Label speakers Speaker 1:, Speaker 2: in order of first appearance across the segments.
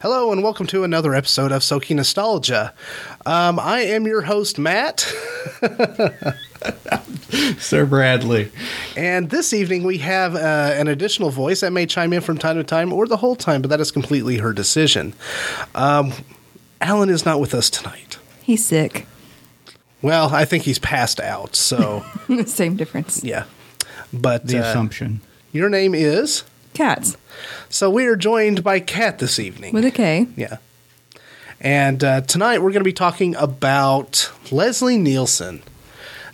Speaker 1: Hello, and welcome to another episode of Soaking Nostalgia. Um, I am your host, Matt,
Speaker 2: Sir Bradley.
Speaker 1: and this evening we have uh, an additional voice that may chime in from time to time or the whole time, but that is completely her decision. Um, Alan is not with us tonight.
Speaker 3: He's sick.
Speaker 1: Well, I think he's passed out, so
Speaker 3: Same difference.
Speaker 1: yeah. But
Speaker 2: The
Speaker 1: uh,
Speaker 2: assumption.
Speaker 1: your name is?
Speaker 3: Cats
Speaker 1: So we are joined by Kat this evening.
Speaker 3: with a K.
Speaker 1: Yeah. And uh, tonight we're going to be talking about Leslie Nielsen.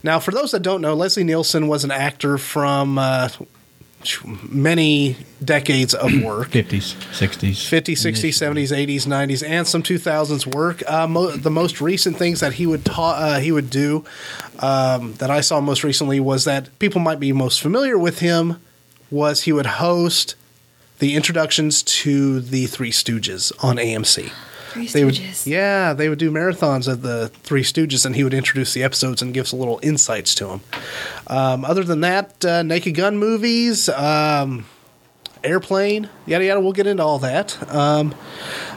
Speaker 1: Now, for those that don't know, Leslie Nielsen was an actor from uh, many decades of work
Speaker 2: 50s, 60s.
Speaker 1: 50s, 60s, 70s, 80s, 90s, and some 2000s work. Uh, mo- the most recent things that he would ta- uh, he would do um, that I saw most recently was that people might be most familiar with him was he would host the introductions to the Three Stooges on AMC.
Speaker 3: Three
Speaker 1: They would,
Speaker 3: Stooges.
Speaker 1: yeah, they would do marathons of the Three Stooges, and he would introduce the episodes and give us little insights to them. Um, other than that, uh, Naked Gun movies, um, Airplane, yada yada. We'll get into all that. Um,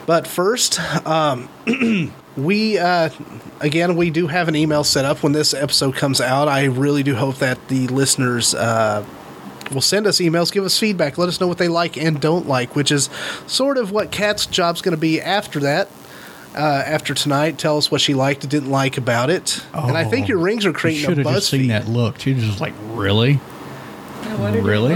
Speaker 1: but first, um, we uh, again we do have an email set up when this episode comes out. I really do hope that the listeners. Uh, will send us emails, give us feedback, let us know what they like and don't like, which is sort of what Kat's job's going to be after that. Uh, after tonight, tell us what she liked and didn't like about it. and I think your rings are creating
Speaker 2: should
Speaker 1: a
Speaker 2: have Oh, just seen
Speaker 1: BuzzFeed.
Speaker 2: that look. She was just like, really? Really?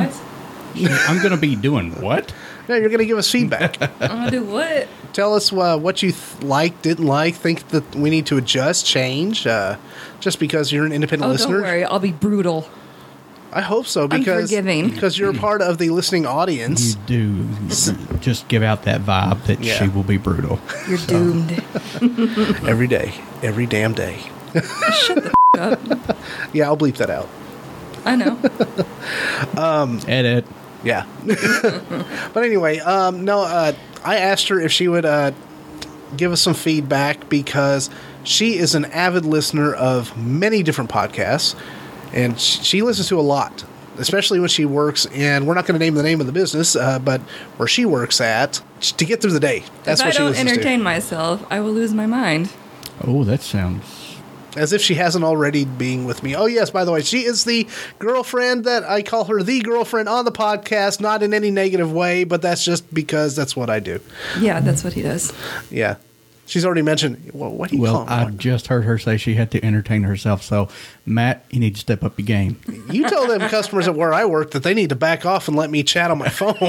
Speaker 2: I'm going to be doing what?
Speaker 1: No, you're going to give us feedback.
Speaker 3: I'm gonna do what? Oh,
Speaker 1: Tell us uh, what you th- like, didn't like, think that we need to adjust, change. Uh, just because you're an independent
Speaker 3: Oh,
Speaker 1: listener,
Speaker 3: don't worry. I'll be brutal.
Speaker 1: I hope so. Because
Speaker 3: Unforgiving.
Speaker 1: because you're a part of the listening
Speaker 2: You
Speaker 1: audience.
Speaker 2: do. Just give out that vibe that
Speaker 1: Yeah.
Speaker 2: she will be brutal.
Speaker 3: You're doomed.
Speaker 1: every day, every damn day. yeah, I'll bleep that out.
Speaker 3: I know.
Speaker 2: Edit.
Speaker 1: Yeah. but anyway, um, no, uh, I asked her if she would uh, give us some feedback because she is an avid listener of many different podcasts and sh- she listens to a lot, especially when she works in, we're not going to name the name of the business, uh, but where she works at sh- to get through the day. That's
Speaker 3: if
Speaker 1: what
Speaker 3: I
Speaker 1: she
Speaker 3: don't
Speaker 1: listens
Speaker 3: entertain myself, I will lose my mind.
Speaker 2: Oh, that sounds.
Speaker 1: to. As if she hasn't already being with me. Oh, yes, by the way, she is the girlfriend that I call her the girlfriend on the podcast, not in any negative way, but that's just because that's what I do.
Speaker 3: Yeah, that's what he does.
Speaker 1: Yeah. She's already mentioned. Well, what do you
Speaker 2: Well,
Speaker 1: call
Speaker 2: I
Speaker 1: him?
Speaker 2: just heard her say she had to entertain herself. So, Matt, you need to step up your game.
Speaker 1: You tell them customers at where I work that they need to back off and let me chat on my phone.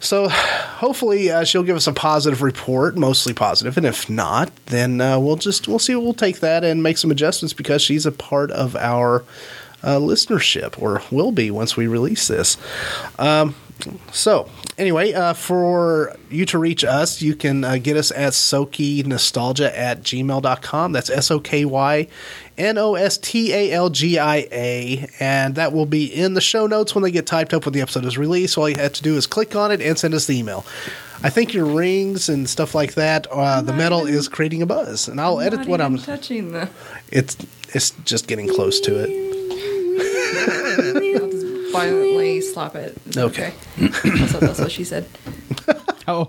Speaker 1: so, hopefully, uh, she'll give us a positive report, mostly positive, and if not, then uh, we'll just we'll see. We'll take that and make some adjustments because she's a part of our uh, listenership, or will be once we release this. So, anyway, uh, for you to reach us, you can uh, get us at sokynostalgia at gmail.com. That's S O K Y N O S T A L G I A. And that will be in the show notes when they get typed up when the episode is released. All you have to do is click on it and send us the email. I think your rings and stuff like that, uh, the metal is creating a buzz. And I'll edit
Speaker 3: Not
Speaker 1: what
Speaker 3: even
Speaker 1: I'm.
Speaker 3: touching. The,
Speaker 1: It's, it's just getting close to it.
Speaker 3: I'll just violently slap it. Is that
Speaker 1: Okay.
Speaker 3: that's, what, that's what she said.
Speaker 2: Oh,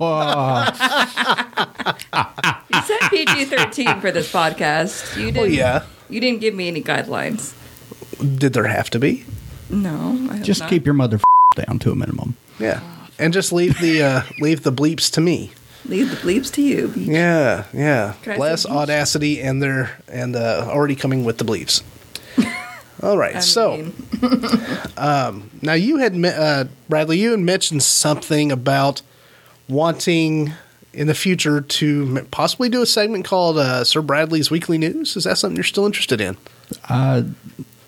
Speaker 3: You said PG 13 for this podcast. You didn't,
Speaker 1: Well, yeah.
Speaker 3: You didn't give me any guidelines.
Speaker 1: Did there have to be?
Speaker 3: No. I hope
Speaker 2: just
Speaker 3: not.
Speaker 2: keep your mother down to a minimum.
Speaker 1: Yeah. And just leave the uh, leave the bleeps to me.
Speaker 3: Leave the bleeps to you.
Speaker 1: Yeah, yeah.
Speaker 3: Can I
Speaker 1: Less
Speaker 3: say bleeps?
Speaker 1: audacity, and they're and uh, already coming with the beliefs. All right,
Speaker 3: I
Speaker 1: so
Speaker 3: mean,
Speaker 1: now you had me- uh, Bradley, you had mentioned something about wanting in the future to m- possibly do a segment called uh, Sir Bradley's Weekly News. Is that something you're still interested in?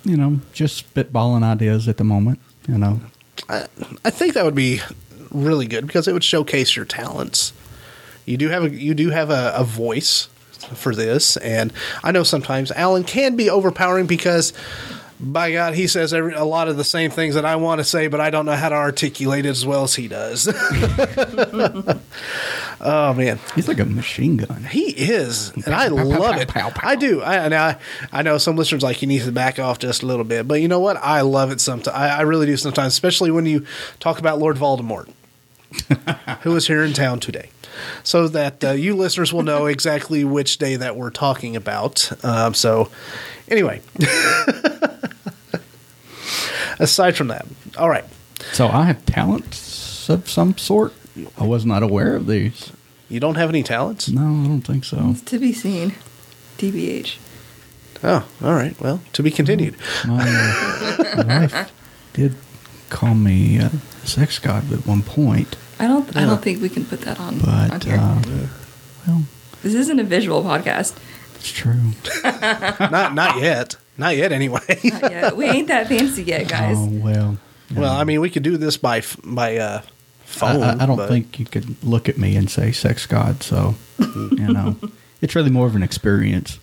Speaker 2: You know, just spitballing ideas at the moment. You know,
Speaker 1: I think that would be really good because it would showcase your talents. You do have a you do have a, a voice for this, and I know sometimes Alan can be overpowering because. By God, he says every, a lot of the same things that I want to say, but I don't know how to articulate it as well as he does. oh man,
Speaker 2: he's like a machine gun.
Speaker 1: he is, and I love it.
Speaker 2: pow, pow.
Speaker 1: I do. I and I, I know some listeners like you need to back off just a little bit, but you know what? I love it sometimes. I, I really do sometimes, especially when you talk about Lord Voldemort. who is here in town today. So that uh, you listeners will know exactly which day that we're talking about. Um, so, anyway, aside from that, all right.
Speaker 2: So I have talents of some sort. I was not aware of these.
Speaker 1: You don't have any talents?
Speaker 2: No, I don't think so.
Speaker 4: To be seen. TBH.
Speaker 1: Oh, all right. Well, to be continued.
Speaker 2: My uh, wife did call me a sex god at one point,
Speaker 4: I don't. I
Speaker 1: Yeah.
Speaker 4: don't think we can put that on. on
Speaker 2: but
Speaker 4: here.
Speaker 2: uh, well,
Speaker 4: this isn't a visual podcast.
Speaker 2: it's true.
Speaker 1: not not yet. Not yet. Anyway.
Speaker 4: Not yet. we ain't that fancy yet, guys.
Speaker 1: Um,
Speaker 2: Oh well.
Speaker 1: Well, I mean, we could do this by f- by uh,
Speaker 2: I-
Speaker 1: phone.
Speaker 2: I, I don't
Speaker 1: but-
Speaker 2: think you could look at me and say sex god. So you know, it's really more of an experience.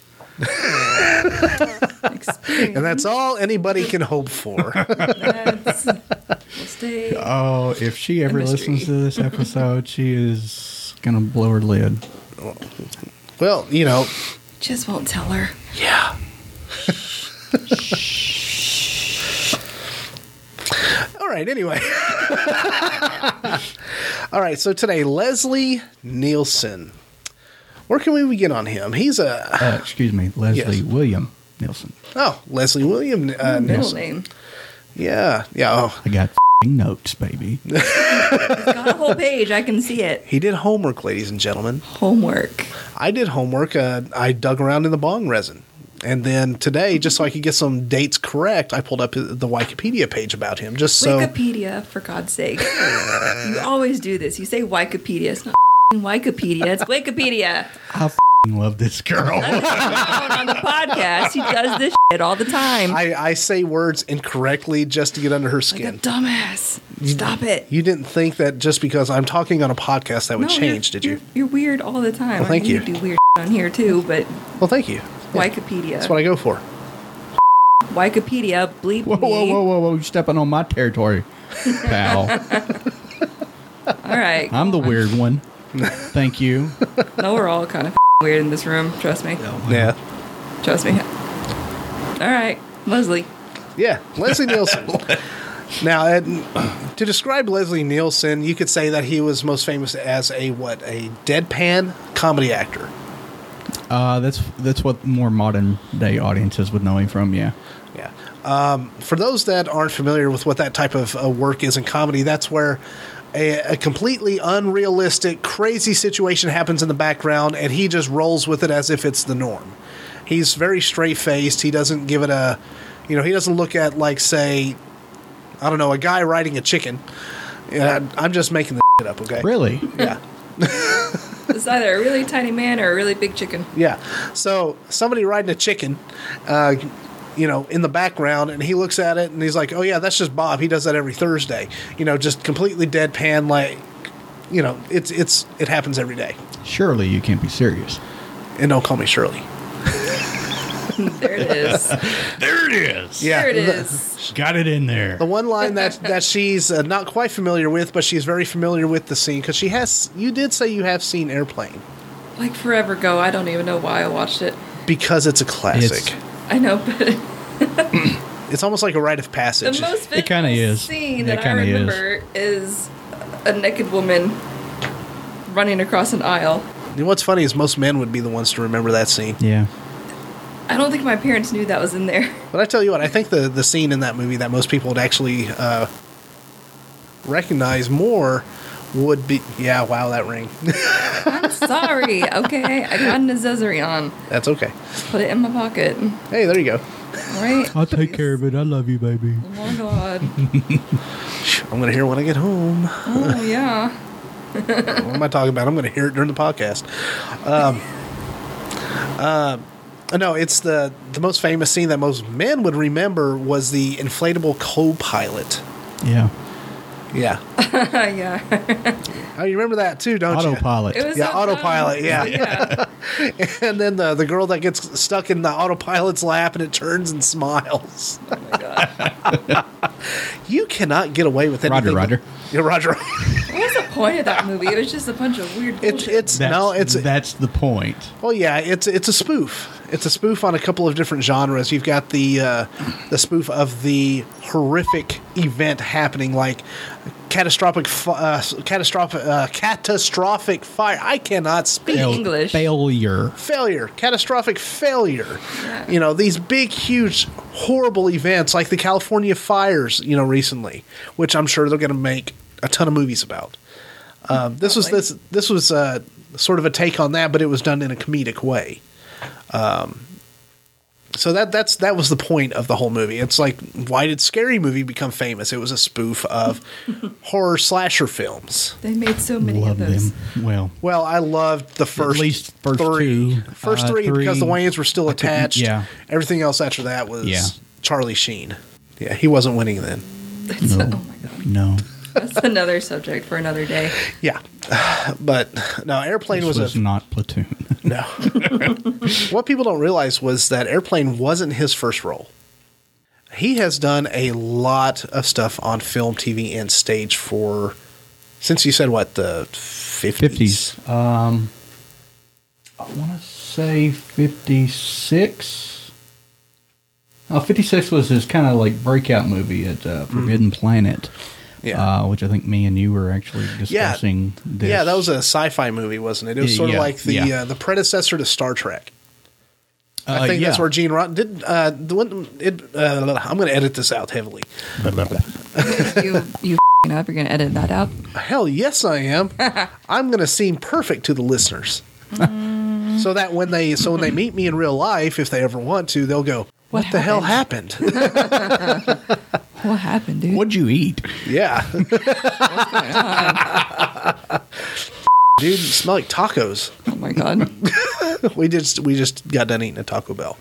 Speaker 4: Experience.
Speaker 1: And that's all anybody can hope for.
Speaker 4: That's- we'll stay.
Speaker 2: Oh, if she ever
Speaker 4: mystery.
Speaker 2: listens to this episode, she is gonna blow her lid.
Speaker 1: well, you know,
Speaker 4: Just won't tell her.
Speaker 1: yeah. all right. Anyway. all right. So today, Leslie Nielsen. Where can we begin on him? He's a
Speaker 2: Uh, excuse me, Leslie
Speaker 1: Yes.
Speaker 2: William Nielsen.
Speaker 1: oh Leslie William uh,
Speaker 4: Middle
Speaker 1: Nielsen.
Speaker 4: name.
Speaker 1: Yeah, yeah. Oh,
Speaker 2: I got fing notes, baby.
Speaker 4: Got a whole page. I can see it.
Speaker 1: he did homework, ladies and gentlemen.
Speaker 4: Homework.
Speaker 1: I did homework. Uh, I dug around in the bong resin. And then today, just so I could get some dates correct, I pulled up the Wikipedia page about him. Just so
Speaker 4: Wikipedia, for God's sake. you always do this. You say Wikipedia. It's not Wikipedia. It's Wikipedia.
Speaker 2: I fing love this girl.
Speaker 4: on the podcast, he does this shit all the time.
Speaker 1: I, I say words incorrectly just to get under her
Speaker 4: like a
Speaker 1: skin.
Speaker 4: dumbass. Stop it.
Speaker 1: you didn't think that just because I'm talking on a podcast that would
Speaker 4: No,
Speaker 1: change,
Speaker 4: you're-
Speaker 1: did you?
Speaker 4: You're, you're weird all the time.
Speaker 1: Well, thank
Speaker 4: I mean,
Speaker 1: you.
Speaker 4: do weird on here too, but
Speaker 1: Well, thank you.
Speaker 4: Wikipedia.
Speaker 1: That's what I go for.
Speaker 4: Wikipedia bleep
Speaker 2: Whoa, whoa,
Speaker 4: me.
Speaker 2: whoa, whoa, whoa! You're stepping on my territory, pal.
Speaker 4: All right.
Speaker 2: I'm the weird one. Thank you.
Speaker 4: No, we're all kind of weird in this room. Trust me.
Speaker 1: Yeah.
Speaker 4: Trust me. All right, Leslie.
Speaker 1: Yeah. Leslie Nielsen. now, Ed, to describe Leslie Nielsen, you could say that he was most famous as a what? A deadpan comedy actor.
Speaker 2: Uh, that's that's what more modern day audiences would know him from. Yeah.
Speaker 1: Yeah. Um, for those that aren't familiar with what that type of uh, work is in comedy, that's where a, a completely unrealistic, crazy situation happens in the background, and he just rolls with it as if it's the norm. He's very straight faced. He doesn't give it a, you know, he doesn't look at like say, I don't know, a guy riding a chicken. Yeah, I'm just making this shit up, okay?
Speaker 2: Really?
Speaker 1: Yeah.
Speaker 4: It's either a really tiny man or a really big chicken.
Speaker 1: Yeah. So somebody riding a chicken, uh, you know, in the background, and he looks at it and he's like, "Oh yeah, that's just Bob. He does that every Thursday." You know, just completely deadpan, like, you know, it's it's it happens every day.
Speaker 2: Surely you can't be serious.
Speaker 1: And don't call me Shirley.
Speaker 4: There it is.
Speaker 2: There it is.
Speaker 1: Yeah.
Speaker 4: There it
Speaker 1: the-
Speaker 4: is.
Speaker 2: Got it in there.
Speaker 1: The one line that that she's uh, not quite familiar with, but she's very familiar with the scene because she has. You did say you have seen Airplane
Speaker 4: Like forever ago, I don't even know why I watched it.
Speaker 1: because it's a classic. It's,
Speaker 4: I know, but
Speaker 1: almost like a rite of
Speaker 4: the
Speaker 1: passage.
Speaker 4: most
Speaker 2: It kinda
Speaker 4: visual
Speaker 2: is.
Speaker 4: scene
Speaker 2: It
Speaker 4: that I
Speaker 2: kinda is.
Speaker 4: remember is. a naked woman running across an aisle.
Speaker 1: And What's funny is most men would be the ones to remember that scene.
Speaker 2: yeah.
Speaker 4: I don't think my parents knew that was in there.
Speaker 1: But I tell you what, I think the the scene in that movie that most people would actually uh, recognize more would be yeah, wow, that ring.
Speaker 4: I'm sorry. Okay, I got an accessory on.
Speaker 1: That's okay.
Speaker 4: Put it in my pocket.
Speaker 1: Hey, there you go.
Speaker 4: All right.
Speaker 2: I'll take care of it. I love you, baby.
Speaker 4: Oh my god.
Speaker 1: I'm gonna hear it when I get home.
Speaker 4: Oh yeah.
Speaker 1: what am I talking about? I'm going to hear it during the podcast. Um, uh, no, it's the the most famous scene that most men would remember was the inflatable co-pilot.
Speaker 2: Yeah.
Speaker 1: Yeah,
Speaker 4: yeah.
Speaker 1: oh, you remember that too, don't you?
Speaker 2: Autopilot.
Speaker 4: It was
Speaker 1: Yeah,
Speaker 4: so
Speaker 1: autopilot,
Speaker 4: dumb.
Speaker 1: yeah.
Speaker 4: yeah.
Speaker 1: And then the the girl that gets stuck in the autopilot's lap and it turns and smiles.
Speaker 4: Oh my god.
Speaker 1: You cannot get away with anything.
Speaker 2: Roger, Roger.
Speaker 1: Yeah, Roger.
Speaker 4: What was the
Speaker 3: point of that movie. It was just a bunch of weird.
Speaker 1: It's
Speaker 3: bullshit.
Speaker 1: it's no, it's
Speaker 2: that's the point.
Speaker 1: Well, yeah, it's it's a spoof. It's a spoof on a couple of different genres. You've got the uh, the spoof of the horrific event happening, like catastrophic fi- uh, catastrophic uh, catastrophic fire. I cannot speak.
Speaker 3: Fail- English.
Speaker 2: failure.
Speaker 1: Failure, catastrophic failure. You know these big, huge, horrible events like the California fires. You know recently, which I'm sure they're going to make a ton of movies about. Um, this was this this was uh, sort of a take on that, but it was done in a comedic way. Um, so that that's that was the point of the whole movie. It's like why did Scary Movie become famous? It was a spoof of horror slasher films.
Speaker 3: they made so many
Speaker 2: Love
Speaker 3: of those.
Speaker 2: them. Well,
Speaker 1: Well, I loved the first
Speaker 2: least first
Speaker 1: three,
Speaker 2: two,
Speaker 1: first
Speaker 2: uh,
Speaker 1: three, because
Speaker 2: three.
Speaker 1: the Wayans were still attached.
Speaker 2: yeah.
Speaker 1: everything else after that was
Speaker 2: Yeah.
Speaker 1: Charlie Sheen. Yeah, he wasn't winning then.
Speaker 3: That's oh my god,
Speaker 2: no.
Speaker 3: that's another subject for another day.
Speaker 1: Yeah, but no, Airplane
Speaker 2: This was,
Speaker 1: was, a
Speaker 2: not Platoon.
Speaker 1: No. what people don't realize was that Airplane wasn't his first role. He has done a lot of stuff on film, TV, and stage for since you said what the 50s.
Speaker 2: 50s. Um, I want to say 56. Uh, 56 was his kind of like breakout movie at uh, Forbidden Planet,
Speaker 1: Hmm. Yeah.
Speaker 2: uh, which I think me and you were actually discussing. This.
Speaker 1: Yeah, that was a sci-fi movie, wasn't it? It was
Speaker 2: Yeah,
Speaker 1: sort of
Speaker 2: yeah,
Speaker 1: like the
Speaker 2: yeah.
Speaker 1: uh, the predecessor to Star Trek. I
Speaker 2: Uh,
Speaker 1: think that's
Speaker 2: yeah.
Speaker 1: where Gene Rotten did. Uh, the one, it, uh, I'm going to edit this out heavily.
Speaker 3: You you f***ing up. You're gonna edit that out.
Speaker 1: Hell yes, I am. I'm going to seem perfect to the listeners,
Speaker 2: Mm.
Speaker 1: so that when they so when they meet me in real life, if they ever want to, they'll go, "What,
Speaker 3: What
Speaker 1: the hell happened?"
Speaker 3: What happened, dude?
Speaker 2: What'd you eat?
Speaker 1: yeah, dude, you smell like tacos.
Speaker 3: Oh my god.
Speaker 1: we just we just got done eating a Taco Bell.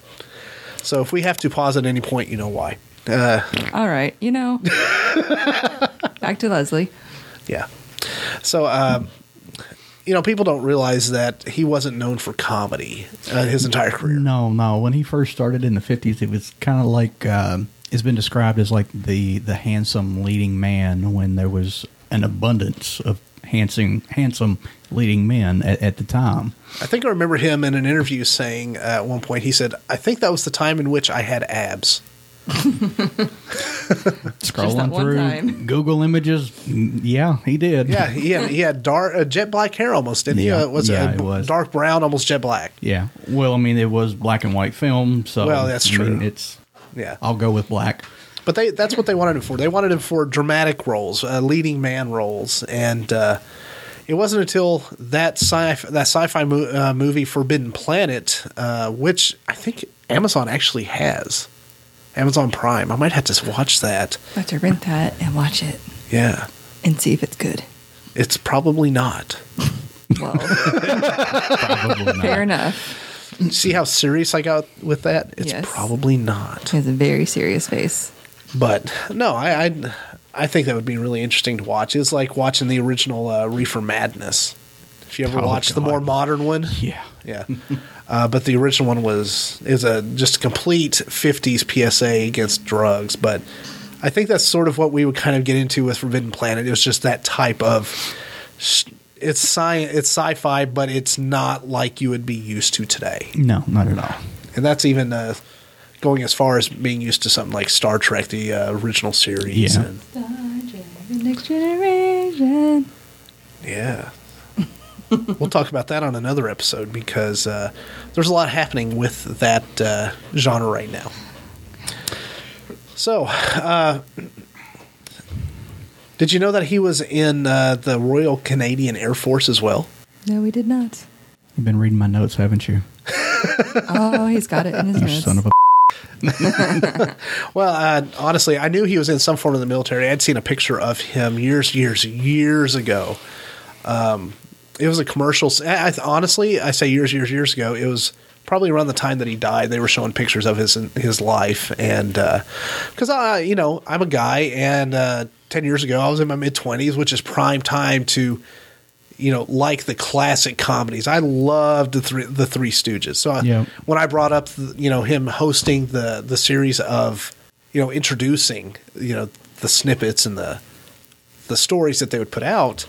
Speaker 1: So if we have to pause at any point, you know why. Uh,
Speaker 3: All right, you know. Back to Leslie.
Speaker 1: yeah. So um, you know, people don't realize that he wasn't known for comedy uh, his entire career.
Speaker 2: No, no. When he first started in the 50s, it was kind of like um it's been described as like the the handsome leading man when there was an abundance of handsome handsome leading men at, at the time.
Speaker 1: I think I remember him in an interview saying uh, at one point he said, "I think that was the time in which I had abs."
Speaker 3: that
Speaker 2: scrolling
Speaker 3: one
Speaker 2: through
Speaker 3: time.
Speaker 2: Google images. mm, Yeah, he did.
Speaker 1: Yeah, he had he had dark uh, jet black hair almost, didn't
Speaker 2: Yeah,
Speaker 1: he? Uh, was
Speaker 2: yeah,
Speaker 1: it,
Speaker 2: it was.
Speaker 1: dark brown, almost jet black.
Speaker 2: Yeah. Well, I mean, it was black and white film, so
Speaker 1: Well, that's
Speaker 2: I mean,
Speaker 1: true.
Speaker 2: it's
Speaker 1: Yeah,
Speaker 2: I'll go with black.
Speaker 1: But they that's what they wanted him for. They wanted him for dramatic roles, uh, leading man roles, and uh, it wasn't until that sci that sci-fi mo- uh, movie Forbidden Planet, uh, which I think Amazon actually has, Amazon Prime. I might have to watch that.
Speaker 3: I have to rent that and watch it
Speaker 1: Yeah,
Speaker 3: and see if it's good.
Speaker 1: it's probably not.
Speaker 3: Well,
Speaker 2: Probably not.
Speaker 3: fair enough.
Speaker 1: See how serious I got with that? It's
Speaker 3: Yes.
Speaker 1: probably not.
Speaker 3: She has a very serious face.
Speaker 1: But no, I, I I think that would be really interesting to watch. It's like watching the original uh, Reefer Madness. If you ever
Speaker 2: Oh,
Speaker 1: watched the
Speaker 2: God.
Speaker 1: more modern one,
Speaker 2: Yeah.
Speaker 1: Yeah. Uh, but the original one was is a just a complete 50s PSA against drugs, but I think that's sort of what we would kind of get into with Forbidden Planet. It was just that type of s- it's science, it's sci-fi, but it's not like you would be used to today.
Speaker 2: No, not at all.
Speaker 1: And that's even uh, going as far as being used to something like Star Trek, the uh, original series.
Speaker 2: Yeah.
Speaker 1: And,
Speaker 3: Next generation.
Speaker 1: yeah. we'll talk about that on another episode because uh, there's a lot happening with that uh, genre right now. So, uh, did you know that he was in uh, the Royal Canadian Air Force as well?
Speaker 3: No, we did not.
Speaker 2: You've been reading my notes, haven't you?
Speaker 3: Oh, he's got it in his
Speaker 2: You
Speaker 3: notes.
Speaker 2: son of a.
Speaker 1: Well, uh, honestly, I knew he was in some form of the military. I'd seen a picture of him years, years, years ago. Um, it was a commercial. I, I, honestly, I say years, years, years ago. It was probably around the time that he died. They were showing pictures of his his life, and because I, you know, I'm a guy, and uh, ten years ago, I was in my mid twenties, which is prime time to. You know, like the classic comedies. I loved the three, the Three Stooges. So I,
Speaker 2: Yeah.
Speaker 1: when I brought up, you know, him hosting the the series of, you know, introducing, you know, the snippets and the the stories that they would put out,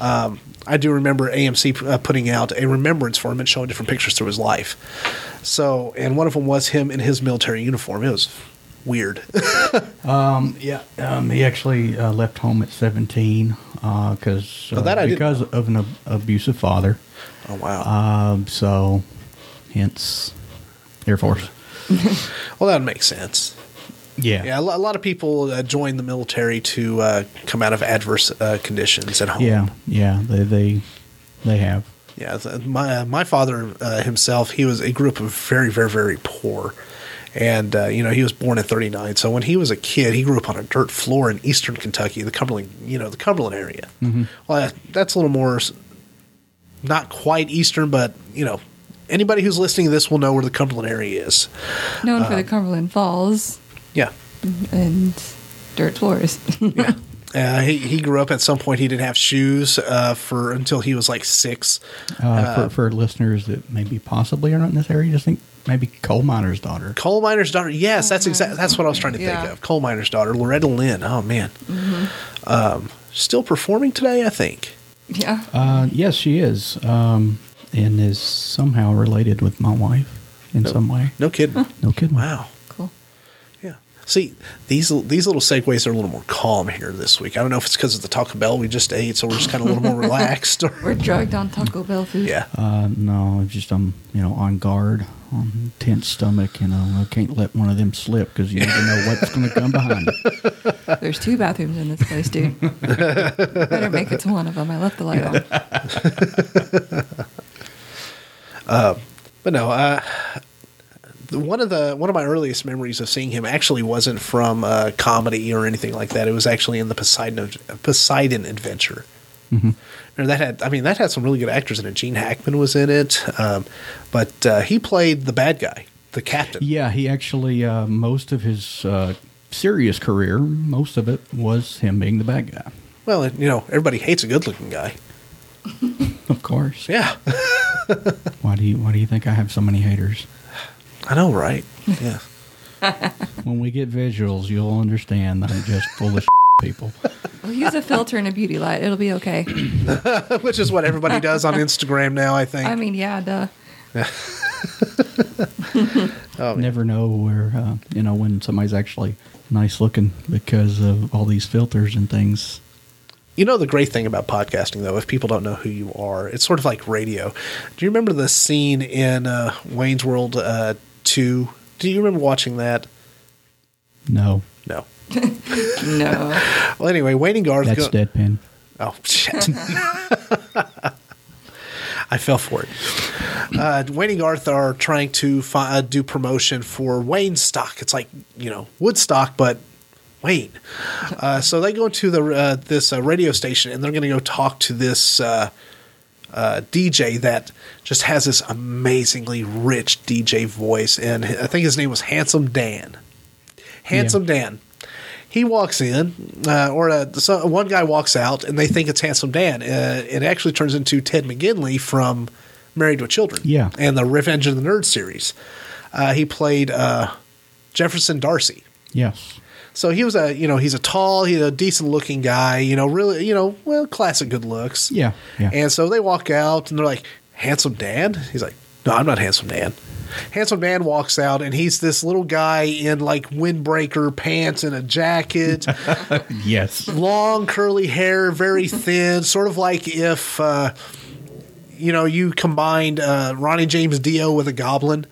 Speaker 1: Um, I do remember AMC uh, putting out a remembrance for him and showing different pictures through his life. So, and one of them was him in his military uniform. It was weird.
Speaker 2: Um, yeah, um, he actually uh, left home at 17 uh, cause, uh,
Speaker 1: Oh, that I didn't
Speaker 2: because of an ab- abusive father.
Speaker 1: oh wow.
Speaker 2: Um, so, hence Air Force.
Speaker 1: well, that makes sense.
Speaker 2: Uh, Yeah.
Speaker 1: Yeah, a lo- a lot of people uh, join the military to uh, come out of adverse uh, conditions at home.
Speaker 2: Yeah. Yeah. They, they, they have.
Speaker 1: Yeah, th- my my father uh, himself, he was he grew up very very very poor, and uh, you know he was born in '39. So when he was a kid, he grew up on a dirt floor in eastern Kentucky, the Cumberland, you know, the Cumberland area. Well, that- that's a little more, s- not quite eastern, but you know, anybody who's listening to this will know where the Cumberland area is.
Speaker 4: Known
Speaker 2: Uh,
Speaker 4: for the Cumberland Falls
Speaker 1: Yeah,
Speaker 4: and dirt floors.
Speaker 1: yeah. Uh, he, he grew up at some point. He didn't have shoes uh, for until he was like six.
Speaker 2: Uh, for, for listeners that maybe possibly are not in this area, just think maybe coal miner's daughter.
Speaker 1: Coal miner's daughter. Yes, that's exactly that's what I was trying to
Speaker 4: Mm-hmm. Yeah. Mm-hmm.
Speaker 1: think of. Coal miner's daughter, Loretta Lynn. Oh man, um, still performing today, I think.
Speaker 4: yeah.
Speaker 2: Uh, yes, she is. Um, and is somehow related with my wife in some way.
Speaker 1: No kidding.
Speaker 2: No kidding.
Speaker 1: wow.
Speaker 4: Cool.
Speaker 1: Yeah. See these these little segues are a little more calm here this week. I don't know if it's because of the Taco Bell we just ate, so we're just kind of a little more relaxed. Or,
Speaker 4: We're drugged on Taco Bell food.
Speaker 1: yeah.
Speaker 2: Uh, no, it's just I'm, you know, on guard, on tense stomach. You know, I can't let one of them slip because you never know what's going to come behind it.
Speaker 4: There's two bathrooms in this place, dude. Better make it to one of them. I left the light on.
Speaker 1: But no, uh, the- one of the one of my earliest memories of seeing him actually wasn't from uh, comedy or anything like that. It was actually in the Poseidon Poseidon Adventure.
Speaker 2: Mm-hmm.
Speaker 1: Or that had, I mean, that had some really good actors in it. Gene Hackman was in it, um, but uh, he played the bad guy, the captain.
Speaker 2: Yeah, he actually uh, most of his uh, serious career, most of it was him being the bad guy,
Speaker 1: Well, and, you know, everybody hates a good-looking guy.
Speaker 2: of course.
Speaker 1: Yeah,
Speaker 2: Why do you Why do you think I have so many haters?
Speaker 1: I know, right? Yeah.
Speaker 2: When we get visuals, you'll understand I'm just full of people.
Speaker 4: We'll use a filter and a beauty light. It'll be okay.
Speaker 1: Which is what everybody does on Instagram now, I think.
Speaker 4: I mean, yeah, duh.
Speaker 1: Oh,
Speaker 2: Never know where uh, you know when somebody's actually nice looking because of all these filters and things.
Speaker 1: You know the great thing about podcasting, though, if people don't know who you are, it's sort of like radio. Do you remember the scene in uh, Wayne's World uh, Two? Do you remember watching that?
Speaker 2: No,
Speaker 1: No.
Speaker 4: No.
Speaker 1: Well, anyway, Wayne and Garth.
Speaker 2: that's
Speaker 1: go-
Speaker 2: deadpan.
Speaker 1: Oh shit! I fell for it. Uh, Wayne and Garth are trying to fi- uh, do promotion for Wayne stock. It's like you know Woodstock, but Wayne. Uh, so they go into the uh, this uh, radio station and they're going to go talk to this. Uh, uh, DJ that just has this amazingly rich DJ voice, and I think his name was Handsome Dan. Handsome Dan. He walks in, uh, or uh, so one guy walks out, and they think it's Handsome Dan. Uh, it actually turns into Ted McGinley from Married with Children,
Speaker 2: Yeah.
Speaker 1: and the Revenge of the Nerd series. Uh, he played uh, Jefferson Darcy.
Speaker 2: Yes.
Speaker 1: So he was a, you know, he's a tall, he's a decent looking guy, you know, really, you know, well, classic good looks.
Speaker 2: Yeah, yeah.
Speaker 1: And so they walk out and they're like, Handsome Dan? He's like, No, I'm not Handsome Dan. Handsome Dan walks out and he's this little guy in like windbreaker pants and a jacket,
Speaker 2: Yes.
Speaker 1: long curly hair, very thin, sort of like if, uh, you know, you combined uh, Ronnie James Dio with a goblin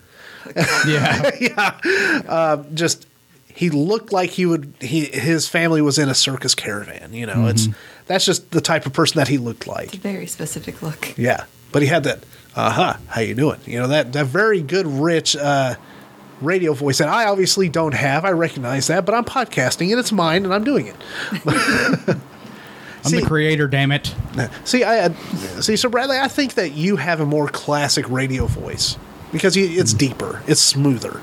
Speaker 2: Yeah.
Speaker 1: just he looked like he would he his family was in a circus caravan you know it's that's just the type of person that he looked like
Speaker 4: Very specific look.
Speaker 1: yeah but he had that uh-huh how you doing you know that that very good rich uh radio voice that i obviously don't have i recognize that but i'm podcasting and it's mine and i'm doing it
Speaker 2: I'm
Speaker 1: See-
Speaker 2: the creator, damn it.
Speaker 1: see i uh, see so bradley i think that you have a more classic radio voice because you, it's deeper it's smoother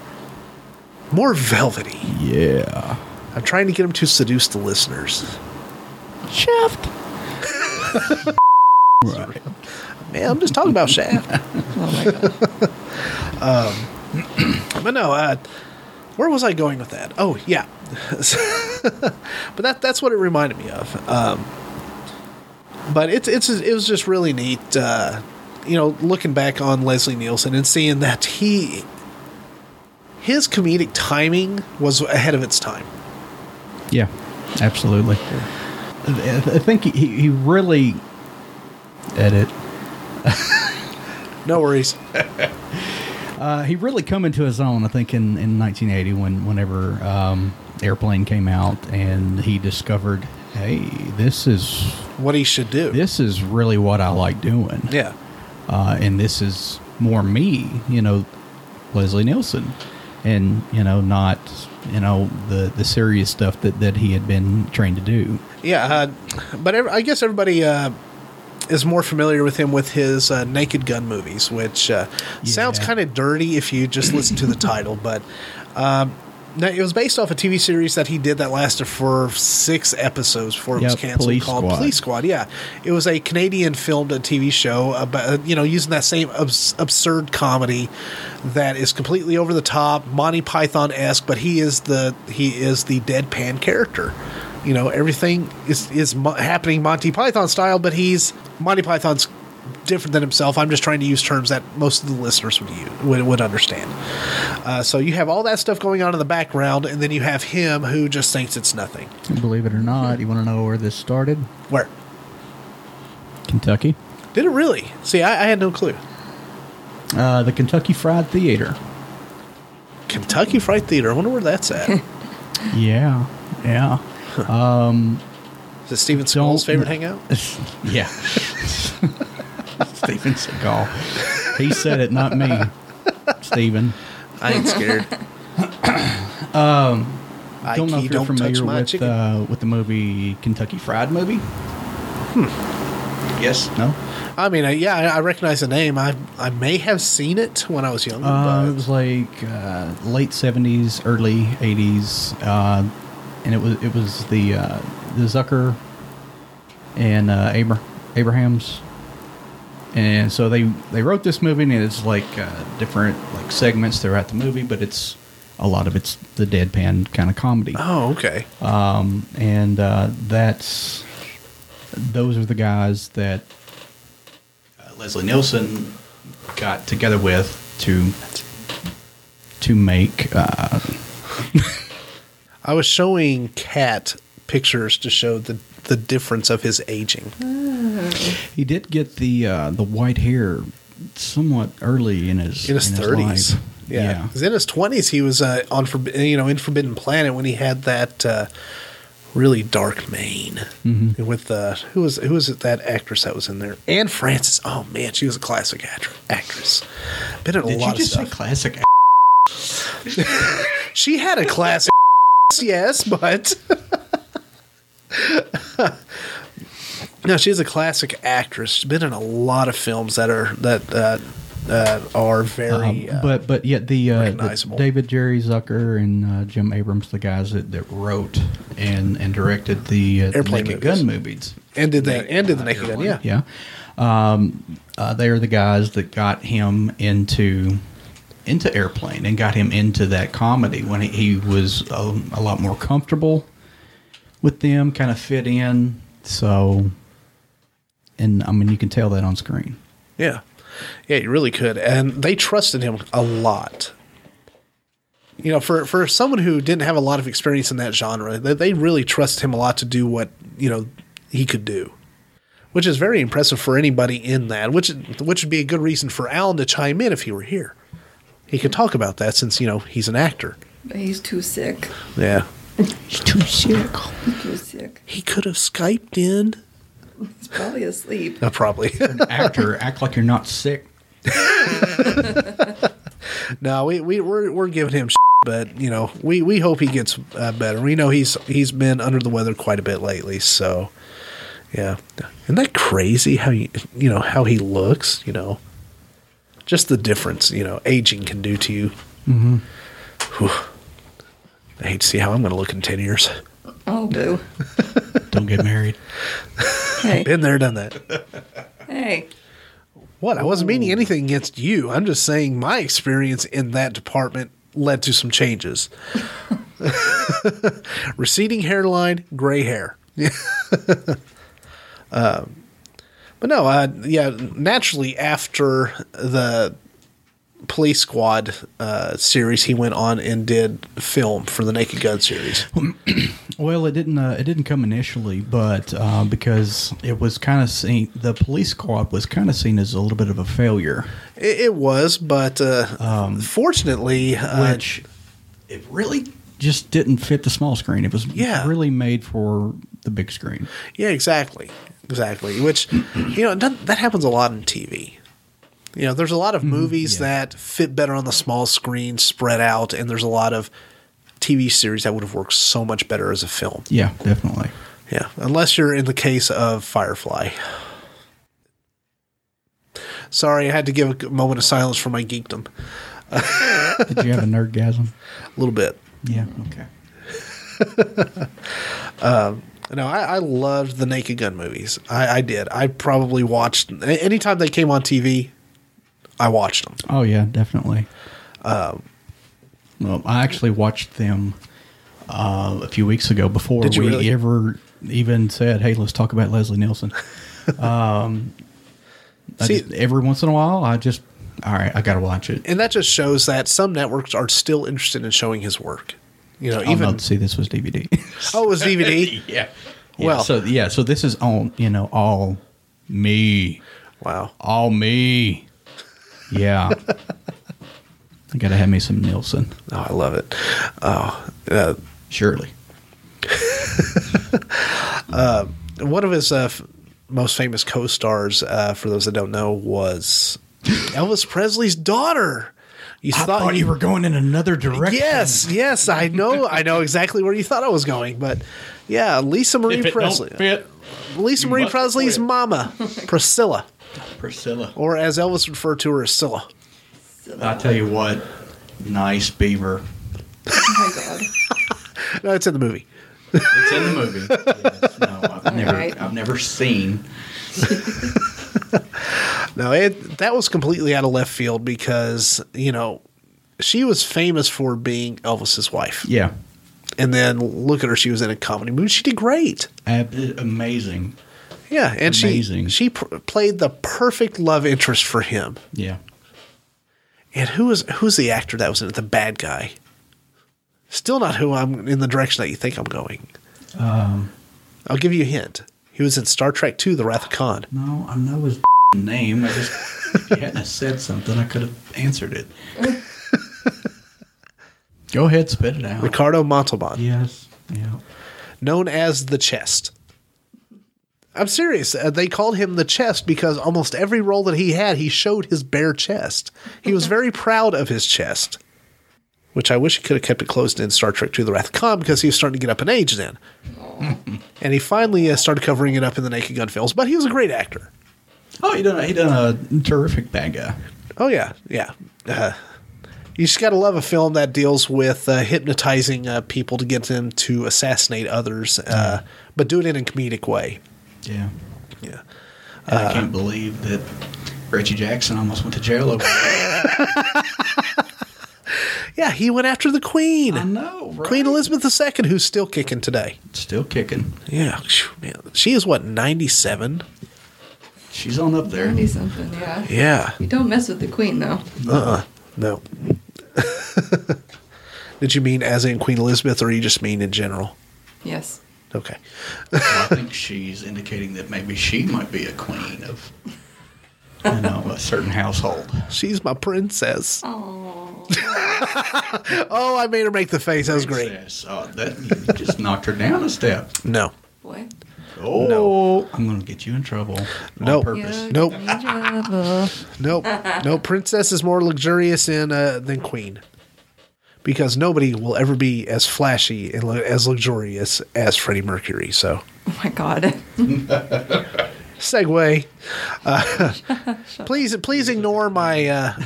Speaker 1: more velvety
Speaker 2: Yeah.
Speaker 1: i'm trying to get him to seduce the listeners
Speaker 2: Shaft. right.
Speaker 1: Man, I'm just talking about Shaft.
Speaker 4: Oh my god.
Speaker 1: But no, uh, where was I going with that? Oh, yeah. but that that's what it reminded me of. Um, But it's it's it was just really neat, uh, you know, looking back on Leslie Nielsen and seeing that he his comedic timing was ahead of its time.
Speaker 2: Yeah, absolutely. I I think he, he really edit.
Speaker 1: No worries.
Speaker 2: Uh, he really come into his own, I think, in, in 1980 when whenever um, Airplane came out and he discovered, hey, this is
Speaker 1: What he should do.
Speaker 2: this is really what I like doing.
Speaker 1: Yeah.
Speaker 2: uh, and this is more me, you know, Leslie Nielsen, and you know, not you know the the serious stuff that that he had been trained to do.
Speaker 1: Yeah, uh, but ev- I guess everybody uh, is more familiar with him with his uh, Naked Gun movies, which uh, sounds
Speaker 2: Yeah.
Speaker 1: kind of dirty if you just listen to the title. But um, no, it was based off a TV series that he did that lasted for six episodes before it was
Speaker 2: Yeah,
Speaker 1: canceled,
Speaker 2: Police
Speaker 1: called
Speaker 2: Squad.
Speaker 1: Police Squad. Yeah, it was a Canadian filmed a TV show about uh, you know using that same abs- absurd comedy that is completely over the top, Monty Python esque, but he is the he is the deadpan character. You know, everything is is mo- happening Monty Python style, but he's Monty Python's different than himself. I'm just trying to use terms that most of the listeners would use, would, would understand. Uh, so you have all that stuff going on in the background, and then you have him who just thinks it's nothing.
Speaker 2: And believe it or not, you want to know where this started?
Speaker 1: Where
Speaker 2: Kentucky,
Speaker 1: did it really? See, I, I had no clue.
Speaker 2: uh, the Kentucky Fried Theater.
Speaker 1: Kentucky Fried Theater. I wonder where that's at. is
Speaker 2: Yeah, yeah,
Speaker 1: it Steven Seagal's
Speaker 2: Don't-
Speaker 1: favorite hangout?
Speaker 2: yeah. Steven Seagal, he said it, not me. Steven.
Speaker 1: I ain't scared.
Speaker 2: I
Speaker 1: I
Speaker 2: Um, don't know if
Speaker 1: key,
Speaker 2: you're
Speaker 1: don't touch
Speaker 2: familiar
Speaker 1: my
Speaker 2: with
Speaker 1: chicken.
Speaker 2: uh, with the movie Kentucky Fried Movie.
Speaker 1: Hmm.
Speaker 2: Yes. No.
Speaker 1: I mean, I, yeah, I I recognize the name. I I may have seen it when I was younger.
Speaker 2: Uh,
Speaker 1: but-
Speaker 2: it was like uh, late seventies, early eighties, uh, and it was it was the uh, the Zucker and uh, Abra- Abraham's, and so they they wrote this movie, and it's like uh, different like segments throughout the movie, but it's a lot of it's the deadpan kind of comedy.
Speaker 1: oh, okay.
Speaker 2: um, and uh, that's those are the guys that uh, Leslie Nielsen got together with to to make. Uh,
Speaker 1: I was showing Cat pictures to show the the difference of his aging.
Speaker 2: he did get the uh, the white hair somewhat early in his
Speaker 1: in his thirties.
Speaker 2: life.
Speaker 1: Yeah, 'Cause in his twenties he was uh, on Forb- you know in Forbidden Planet when he had that uh, really dark mane
Speaker 2: Mm-hmm.
Speaker 1: with uh, who was who was it, that actress that was in there? Anne Francis. Oh man, she was a classic act- actress. Been in a
Speaker 2: Did you
Speaker 1: lot of
Speaker 2: just say
Speaker 1: stuff.
Speaker 2: classic?
Speaker 1: she had a classic. yes, but. No, she's a classic actress. She's been in a lot of films that are that uh, uh, are very.
Speaker 2: Um,
Speaker 1: uh,
Speaker 2: but but yet the, uh, the
Speaker 1: recognizable.
Speaker 2: David Jerry Zucker and uh, Jim Abrams, the guys that, that wrote and, and directed the, uh, the
Speaker 1: Airplane
Speaker 2: Naked
Speaker 1: movies.
Speaker 2: Gun movies.
Speaker 1: and did they and did the Naked Gun? Yeah,
Speaker 2: Yeah. Um, uh, they are the guys that got him into into airplane and got him into that comedy when he, he was um, a lot more comfortable with them, kind of fit in. So, and I mean, you can tell that on screen.
Speaker 1: Yeah. Yeah, you really could. And they trusted him a lot. You know, for, for someone who didn't have a lot of experience in that genre, they, they really trust him a lot to do what, you know, he could do. Which is very impressive for anybody in that, which which would be a good reason for Alan to chime in if he were here. He could talk about that since, you know, he's an actor.
Speaker 3: But he's too sick.
Speaker 1: Yeah.
Speaker 3: Too sick.
Speaker 1: He could have Skyped in.
Speaker 3: He's probably asleep.
Speaker 1: Uh, probably.
Speaker 2: Actor, act like you're not sick.
Speaker 1: No, we, we we're we're giving him, shit, but you know, we we hope he gets uh, better. We know he's he's been under the weather quite a bit lately, so yeah. Isn't that crazy how you you know how he looks? You know, just the difference you know aging can do to you. Mm-hmm. I hate to see how I'm going to look in ten years.
Speaker 3: Oh, boo.
Speaker 2: Don't get married.
Speaker 3: Hey.
Speaker 1: Been there, done that.
Speaker 3: Hey.
Speaker 1: What? I wasn't meaning anything against you. I'm just saying my experience in that department led to some changes. Receding hairline, gray hair. um, But no, uh, yeah, naturally after the police squad uh, series, he went on and did film for the Naked Gun series.
Speaker 2: Well, it didn't. Uh, it didn't come initially, but uh, because it was kind of seen, the police squad was kind of seen as a little bit of a failure,
Speaker 1: It, it was, but uh, fortunately, uh,
Speaker 2: which it really just didn't fit the small screen. It was
Speaker 1: Yeah.
Speaker 2: really made for the big screen.
Speaker 1: yeah, exactly, exactly. Which you know that, that happens a lot in TV. You know, there's a lot of movies that fit better on the small screen, spread out, and there's a lot of TV series that would have worked so much better as a film.
Speaker 2: Yeah, definitely.
Speaker 1: Yeah, unless you're in the case of Firefly. Sorry, I had to give a moment of silence for my geekdom.
Speaker 2: Did you have a nerdgasm?
Speaker 1: A little bit.
Speaker 2: Yeah. Okay.
Speaker 1: No, I, I loved the Naked Gun movies. I, I did. I probably watched a- anytime they came on TV. I watched them.
Speaker 2: Oh yeah, definitely.
Speaker 1: Um,
Speaker 2: well, I actually watched them uh, a few weeks ago before
Speaker 1: Did you
Speaker 2: we
Speaker 1: really?
Speaker 2: ever even said, "Hey, let's talk about Leslie Nielsen." um,
Speaker 1: See-
Speaker 2: I just, every once in a while, I just all right, I got to watch it.
Speaker 1: And that just shows that some networks are still interested in showing his work. You know,
Speaker 2: Even
Speaker 1: even
Speaker 2: to see this was DVD.
Speaker 1: oh, it was DVD.
Speaker 2: yeah.
Speaker 1: Well-
Speaker 2: Well, so yeah, so this is all you know, all me,
Speaker 1: Wow.
Speaker 2: all me. Yeah, I gotta have me some Nielsen,
Speaker 1: Oh, I love it. Oh, uh,
Speaker 2: surely.
Speaker 1: one of his uh, f- most famous co-stars, uh, for those that don't know, was Elvis Presley's daughter. You
Speaker 2: I thought, you were going in another direction.
Speaker 1: Yes, yes, I know, I know exactly where you thought I was going, but yeah, Lisa Marie
Speaker 2: If it
Speaker 1: Presley,
Speaker 2: don't fit,
Speaker 1: Lisa Marie
Speaker 2: must
Speaker 1: Presley's
Speaker 2: quit.
Speaker 1: mama, Priscilla,
Speaker 2: Priscilla.
Speaker 1: or as Elvis referred to her, as Scylla.
Speaker 2: I tell you what, nice beaver.
Speaker 4: Oh my god.
Speaker 1: No, it's in the movie.
Speaker 2: It's in the movie. Yes, no, I've never,
Speaker 4: right.
Speaker 2: I've never seen.
Speaker 1: No, it that was completely out of left field because you know she was famous for being Elvis's wife,
Speaker 2: Yeah,
Speaker 1: and then look at her; she was in a comedy movie. She did great.
Speaker 2: Ab- amazing.
Speaker 1: Yeah, and
Speaker 2: Amazing.
Speaker 1: she she pr- played the perfect love interest for him.
Speaker 2: Yeah,
Speaker 1: And who was who's the actor that was in it? The bad guy. Still not who I'm in the direction that you think I'm going.
Speaker 2: Um,
Speaker 1: I'll give you a hint. He was in Star Trek II: The Wrath of Khan.
Speaker 2: no, I know his name. I just if you hadn't have said something, I could have answered it. Go ahead, spit it out.
Speaker 1: Ricardo Montalban,
Speaker 2: Yes. Yeah.
Speaker 1: known as the Chest. I'm serious. Uh, they called him the Chest because almost every role that he had, he showed his bare chest. He was very proud of his chest, which I wish he could have kept it closed in Star Trek II: The Wrath of Khan because he was starting to get up in age then. and he finally uh, started covering it up in the Naked Gun films. But he was a great actor.
Speaker 2: Oh, he done. A, he done a terrific bad guy.
Speaker 1: Oh yeah, yeah. Uh, you just gotta love a film that deals with uh, hypnotizing uh, people to get them to assassinate others, uh, but do it in a comedic way.
Speaker 2: Yeah. Uh,
Speaker 1: Yeah.
Speaker 2: And I can't believe that Reggie Jackson almost went to jail over. that.
Speaker 1: Yeah, he went after the Queen.
Speaker 2: I know, right?
Speaker 1: Queen Elizabeth II, who's still kicking today.
Speaker 2: still kicking.
Speaker 1: Yeah, phew, man. she is what ninety seven.
Speaker 2: She's on up there.
Speaker 4: Ninety something. Yeah.
Speaker 1: Yeah.
Speaker 4: You don't mess with the queen though.
Speaker 1: No. Did you mean as in Queen Elizabeth, or you just mean in general?
Speaker 4: Yes.
Speaker 1: Okay.
Speaker 2: I think she's indicating that maybe she might be a queen of, you know, a certain household.
Speaker 1: She's my princess.
Speaker 4: Oh.
Speaker 1: Oh, I made her make the face. That was great.
Speaker 2: Princess. Oh, that you just knocked her down a step.
Speaker 1: No.
Speaker 4: Boy.
Speaker 2: Oh, I'm gonna get you in trouble on
Speaker 1: No.
Speaker 2: purpose.
Speaker 1: Nope.
Speaker 4: You're in trouble.
Speaker 1: Nope. no, princess is more luxurious in, uh, than queen. Because nobody will ever be as flashy and lu- as luxurious as Freddie Mercury. So,
Speaker 4: Oh my god.
Speaker 1: segue. Uh, please, please ignore my uh,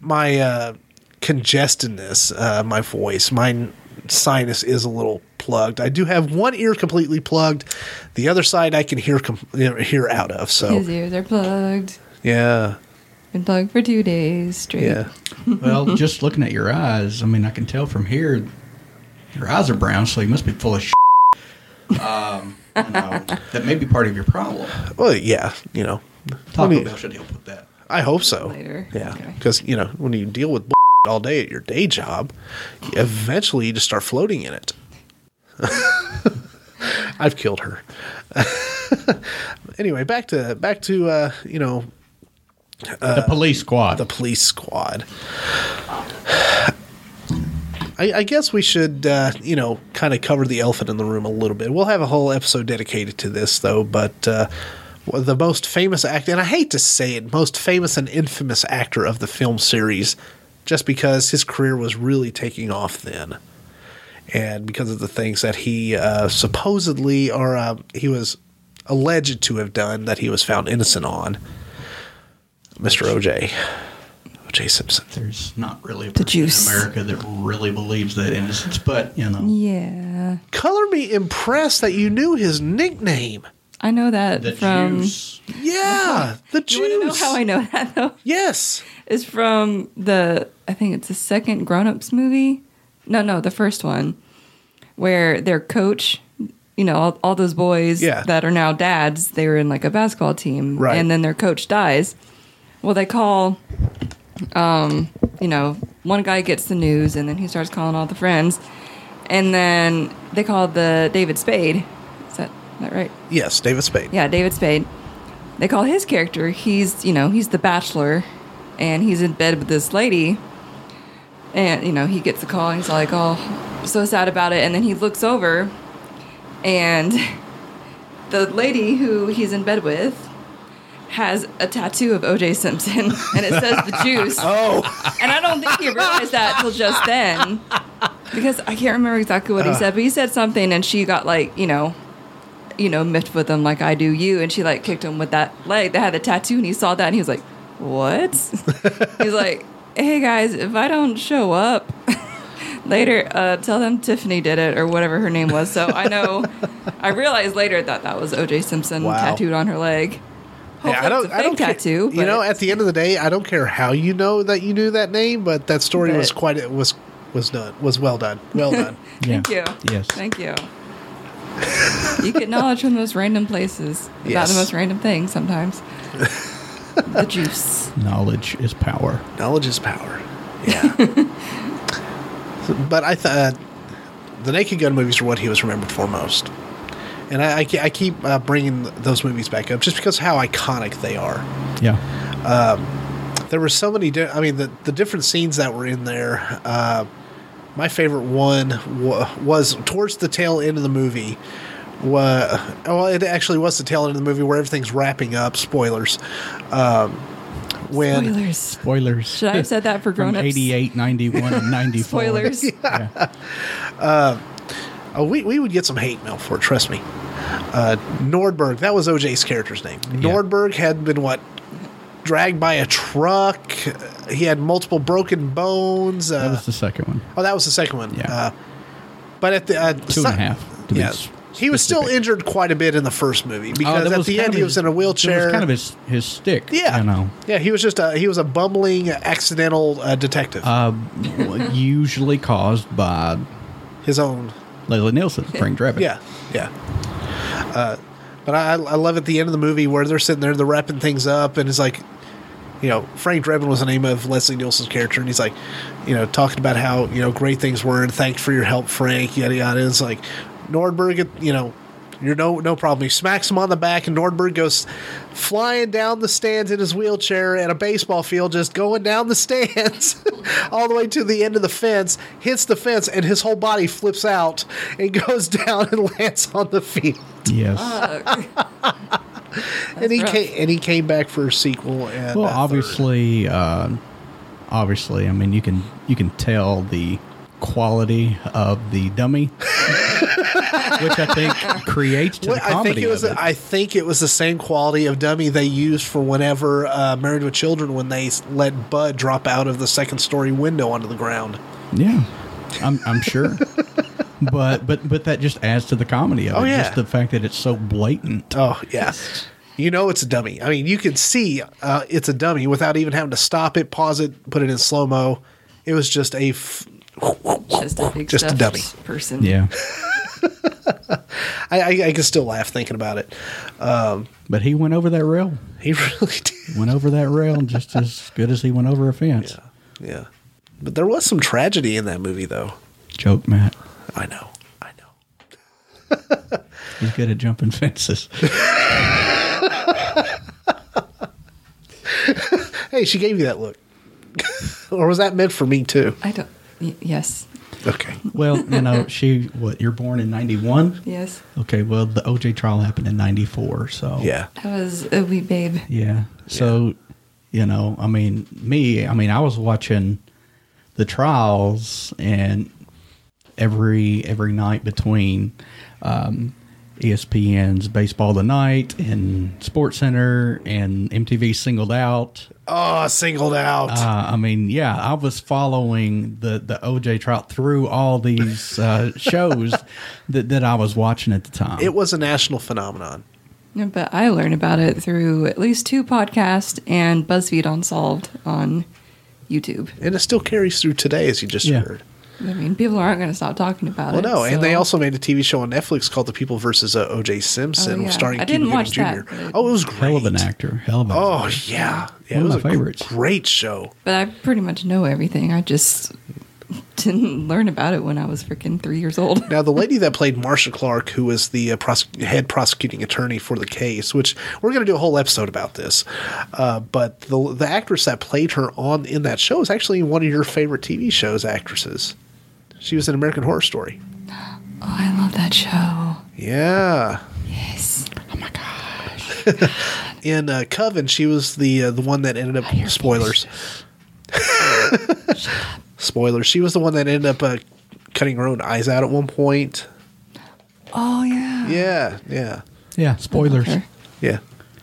Speaker 1: my uh, congestedness, uh, my voice. My sinus is a little plugged. I do have one ear completely plugged. The other side I can hear com- hear out of. So,
Speaker 4: His ears are plugged.
Speaker 1: yeah,
Speaker 4: Been plugged for two days straight.
Speaker 1: yeah.
Speaker 2: Well, just looking at your eyes, I mean, I can tell from here, your eyes are brown, so you must be full of. Shit. Um, you know, that may be part of your problem.
Speaker 1: Well, yeah, you know,
Speaker 2: Taco
Speaker 1: Let me-
Speaker 2: Bell should help with that.
Speaker 1: I hope so.
Speaker 4: Later.
Speaker 1: Yeah.
Speaker 4: Okay.
Speaker 1: Because, you know, when you deal with bull all day at your day job, eventually you just start floating in it. I've killed her. anyway, back to back to uh, you know,
Speaker 2: the police squad.
Speaker 1: the police squad. I, I guess we should, uh, you know, kind of cover the elephant in the room a little bit. We'll have a whole episode dedicated to this, though. But uh, well, the most famous actor, and I hate to say it, most famous and infamous actor of the film series, just because his career was really taking off then, and because of the things that he uh, supposedly or uh, he was alleged to have done that he was found innocent on, Mr. O.J. O.J. Simpson.
Speaker 2: There's not really a
Speaker 4: The
Speaker 2: person in
Speaker 4: juice.
Speaker 2: America that really believes that innocence, but you know
Speaker 4: Yeah.
Speaker 1: Color me impressed that you knew his nickname.
Speaker 4: I know that
Speaker 2: the
Speaker 4: from.
Speaker 2: juice.
Speaker 1: Yeah, the
Speaker 4: Uh-huh. You want to know
Speaker 1: juice.
Speaker 4: how I know that though?
Speaker 1: yes.
Speaker 4: Is from the I think it's the second Grown Ups movie. No, no, the first one where their coach, you know, all, all those boys
Speaker 1: Yeah.
Speaker 4: that are now dads, they were in like a basketball team,
Speaker 1: Right.
Speaker 4: and then their coach dies. Well, they call, um, you know, one guy gets the news, and then he starts calling all the friends, and then they call the David Spade. Is that is that right?
Speaker 1: Yes, David Spade.
Speaker 4: Yeah, David Spade. They call his character. He's you know he's the bachelor, and he's in bed with this lady. And you know he gets the call. and He's like, oh, so sad about it. And then he looks over, and the lady who he's in bed with has a tattoo of O.J. Simpson, and it says the juice.
Speaker 1: Oh,
Speaker 4: And I don't think he realized that till just then. Because I can't remember exactly
Speaker 1: Uh.
Speaker 4: what he said, but he said something and she got like, you know, you know, miffed with him like I do you and she like kicked him with that leg that had the tattoo and he saw that and he was like, What? He's like, Hey guys, if I don't show up later, uh, tell them Tiffany did it or whatever her name was. So I know I realized later that that was OJ Simpson
Speaker 1: Wow.
Speaker 4: tattooed on her leg. Hopefully
Speaker 1: Yeah, I don't.
Speaker 4: it's a
Speaker 1: I don't
Speaker 4: fake
Speaker 1: care-
Speaker 4: tattoo.
Speaker 1: You know,
Speaker 4: but-
Speaker 1: at the end of the day, I don't care how you know that you knew that name, but that story was
Speaker 4: But-
Speaker 1: quite it was was done was well done, well done.
Speaker 2: Yeah.
Speaker 4: Thank you.
Speaker 2: Yes.
Speaker 4: Thank you. you get knowledge from the most random places about
Speaker 1: Yes.
Speaker 4: the most random things sometimes. the juice.
Speaker 2: Knowledge is power.
Speaker 1: Knowledge is power. Yeah. but I thought the Naked Gun movies are what he was remembered for most. And I, I, ke- I keep uh, bringing those movies back up just because of how iconic they are.
Speaker 2: Yeah.
Speaker 1: there were so many. Di- I mean, the the different scenes that were in there. Uh, my favorite one wa was towards the tail end of the movie. Wa- well, it actually was the tail end of the movie where everything's wrapping up. Spoilers. Um, when
Speaker 4: Spoilers.
Speaker 2: Spoilers.
Speaker 4: Should I have said that for
Speaker 2: From
Speaker 4: grown-ups?
Speaker 2: 88, 91, and 94.
Speaker 4: Spoilers.
Speaker 2: Yeah.
Speaker 1: oh, we we would get some hate mail for it. Trust me. Uh, Nordberg. That was OJ's character's name. Nordberg had been what. Dragged by a truck, he had multiple broken bones. Uh,
Speaker 2: That was the second one.
Speaker 1: Oh, that was the second one.
Speaker 2: Yeah.
Speaker 1: Uh, but at the uh,
Speaker 2: Two and a half. to be
Speaker 1: yeah,
Speaker 2: s-
Speaker 1: he was still
Speaker 2: specific. Oh,
Speaker 1: injured quite a bit in the first movie because
Speaker 2: that
Speaker 1: at
Speaker 2: was
Speaker 1: the
Speaker 2: kind
Speaker 1: end
Speaker 2: of
Speaker 1: he
Speaker 2: his-
Speaker 1: was in a
Speaker 2: that was
Speaker 1: wheelchair.
Speaker 2: kind of his, his stick.
Speaker 1: yeah,
Speaker 2: You know.
Speaker 1: yeah, he was just a, he was a bumbling accidental uh, detective.
Speaker 2: Uh, usually caused by
Speaker 1: his own,
Speaker 2: Leslie Nielsen, Frank Drebin.
Speaker 1: yeah, yeah. Uh, but I, I love at the end of the movie where they're sitting there, they're wrapping things up, and it's like, you know, Frank Drebin was the name of Leslie Nielsen's character, and he's like, you know, talking about how you know great things were and thanks for your help, Frank. Yada yada. It's like Nordberg, you know, you're no no problem. He smacks him on the back, and Nordberg goes flying down the stands in his wheelchair at a baseball field, just going down the stands all the way to the end of the fence, hits the fence, and his whole body flips out and goes down and lands on the field.
Speaker 2: Yes.
Speaker 1: Ah,
Speaker 4: Fuck.
Speaker 1: and he
Speaker 4: rough.
Speaker 1: came and he came back for a sequel. And
Speaker 2: well
Speaker 1: a third.
Speaker 2: obviously uh, obviously i mean you can you can tell the quality of the dummy which i think creates to
Speaker 1: Well,
Speaker 2: the
Speaker 1: I
Speaker 2: comedy
Speaker 1: think it was.
Speaker 2: of it.
Speaker 1: I think it was the same quality of dummy they used for whenever uh, Married with Children when they s- let Bud drop out of the second story window onto the ground.
Speaker 2: yeah i'm, I'm sure but but but that just adds to the comedy of
Speaker 1: Oh,
Speaker 2: it
Speaker 1: yeah.
Speaker 2: just the fact that it's so blatant
Speaker 1: Oh yeah, you know it's a dummy. I mean, you can see uh, it's a dummy without even having to stop it, pause it, put it in slow mo. It was just a. F-
Speaker 4: Just a big
Speaker 1: Just a
Speaker 4: stuffed
Speaker 1: dummy.
Speaker 4: person.
Speaker 2: yeah
Speaker 1: I, I, I can still laugh thinking about it. Um,
Speaker 2: But he went over that rail.
Speaker 1: he really did.
Speaker 2: Went over that rail just as good as he went over a fence.
Speaker 1: Yeah. But there was some tragedy in that movie, though.
Speaker 2: Joke, Matt.
Speaker 1: I know. I know.
Speaker 2: He's good at jumping fences.
Speaker 1: Hey, she gave you that look. or was that meant for me, too?
Speaker 4: I don't. y- yes.
Speaker 1: Okay.
Speaker 2: Well, you know, she, what, you're born in 91?
Speaker 4: Yes.
Speaker 2: Okay, well, the OJ trial happened in 94, so.
Speaker 1: Yeah.
Speaker 4: I was a wee babe.
Speaker 2: Yeah. So, you know, I mean, me, I mean, I was watching the trials and every every night between um, ESPN's Baseball Tonight and Sports Center and MTV singled out.
Speaker 1: Oh, singled out.
Speaker 2: Uh, I mean, yeah, I was following the the OJ trial through all these uh, shows that that I was watching at the time.
Speaker 1: it was a national phenomenon.
Speaker 4: No, But I learned about it through at least two podcasts and BuzzFeed Unsolved on YouTube.
Speaker 1: And it still carries through today, as you just
Speaker 2: Yeah.
Speaker 1: heard.
Speaker 4: I mean, people aren't going to stop talking about
Speaker 1: Well,
Speaker 4: it.
Speaker 1: no, and they
Speaker 4: so-
Speaker 1: also made a TV show on Netflix called The People versus uh, O.J. Simpson,
Speaker 4: Oh, yeah.
Speaker 1: starring
Speaker 4: I didn't
Speaker 1: Cuba
Speaker 4: watch
Speaker 1: Gooding
Speaker 4: that, but-
Speaker 1: Jr. Oh, it was great.
Speaker 2: hell of an actor, hell of an
Speaker 1: Oh yeah, yeah,
Speaker 2: One
Speaker 1: it
Speaker 2: of
Speaker 1: was
Speaker 2: my
Speaker 1: a gr-
Speaker 2: favorites.
Speaker 1: Great show.
Speaker 4: But I pretty much know everything. I just didn't learn about it when I was freaking three years old.
Speaker 1: Now, the lady that played Marsha Clark, who was the uh, prose- head prosecuting attorney for the case, which we're going to do a whole episode about this, uh, but the the actress that played her on in that show is actually one of your favorite TV shows actresses. She was in American Horror Story.
Speaker 4: Oh, I love that show.
Speaker 1: Yeah,
Speaker 4: Yes. Oh my god.
Speaker 1: in uh, Coven, she was the uh, the one that ended up spoilers. spoilers. She was the one that ended up uh, cutting her own eyes out at one point.
Speaker 4: Oh yeah.
Speaker 1: Yeah, yeah,
Speaker 2: yeah. Spoilers.
Speaker 4: Her.
Speaker 1: yeah.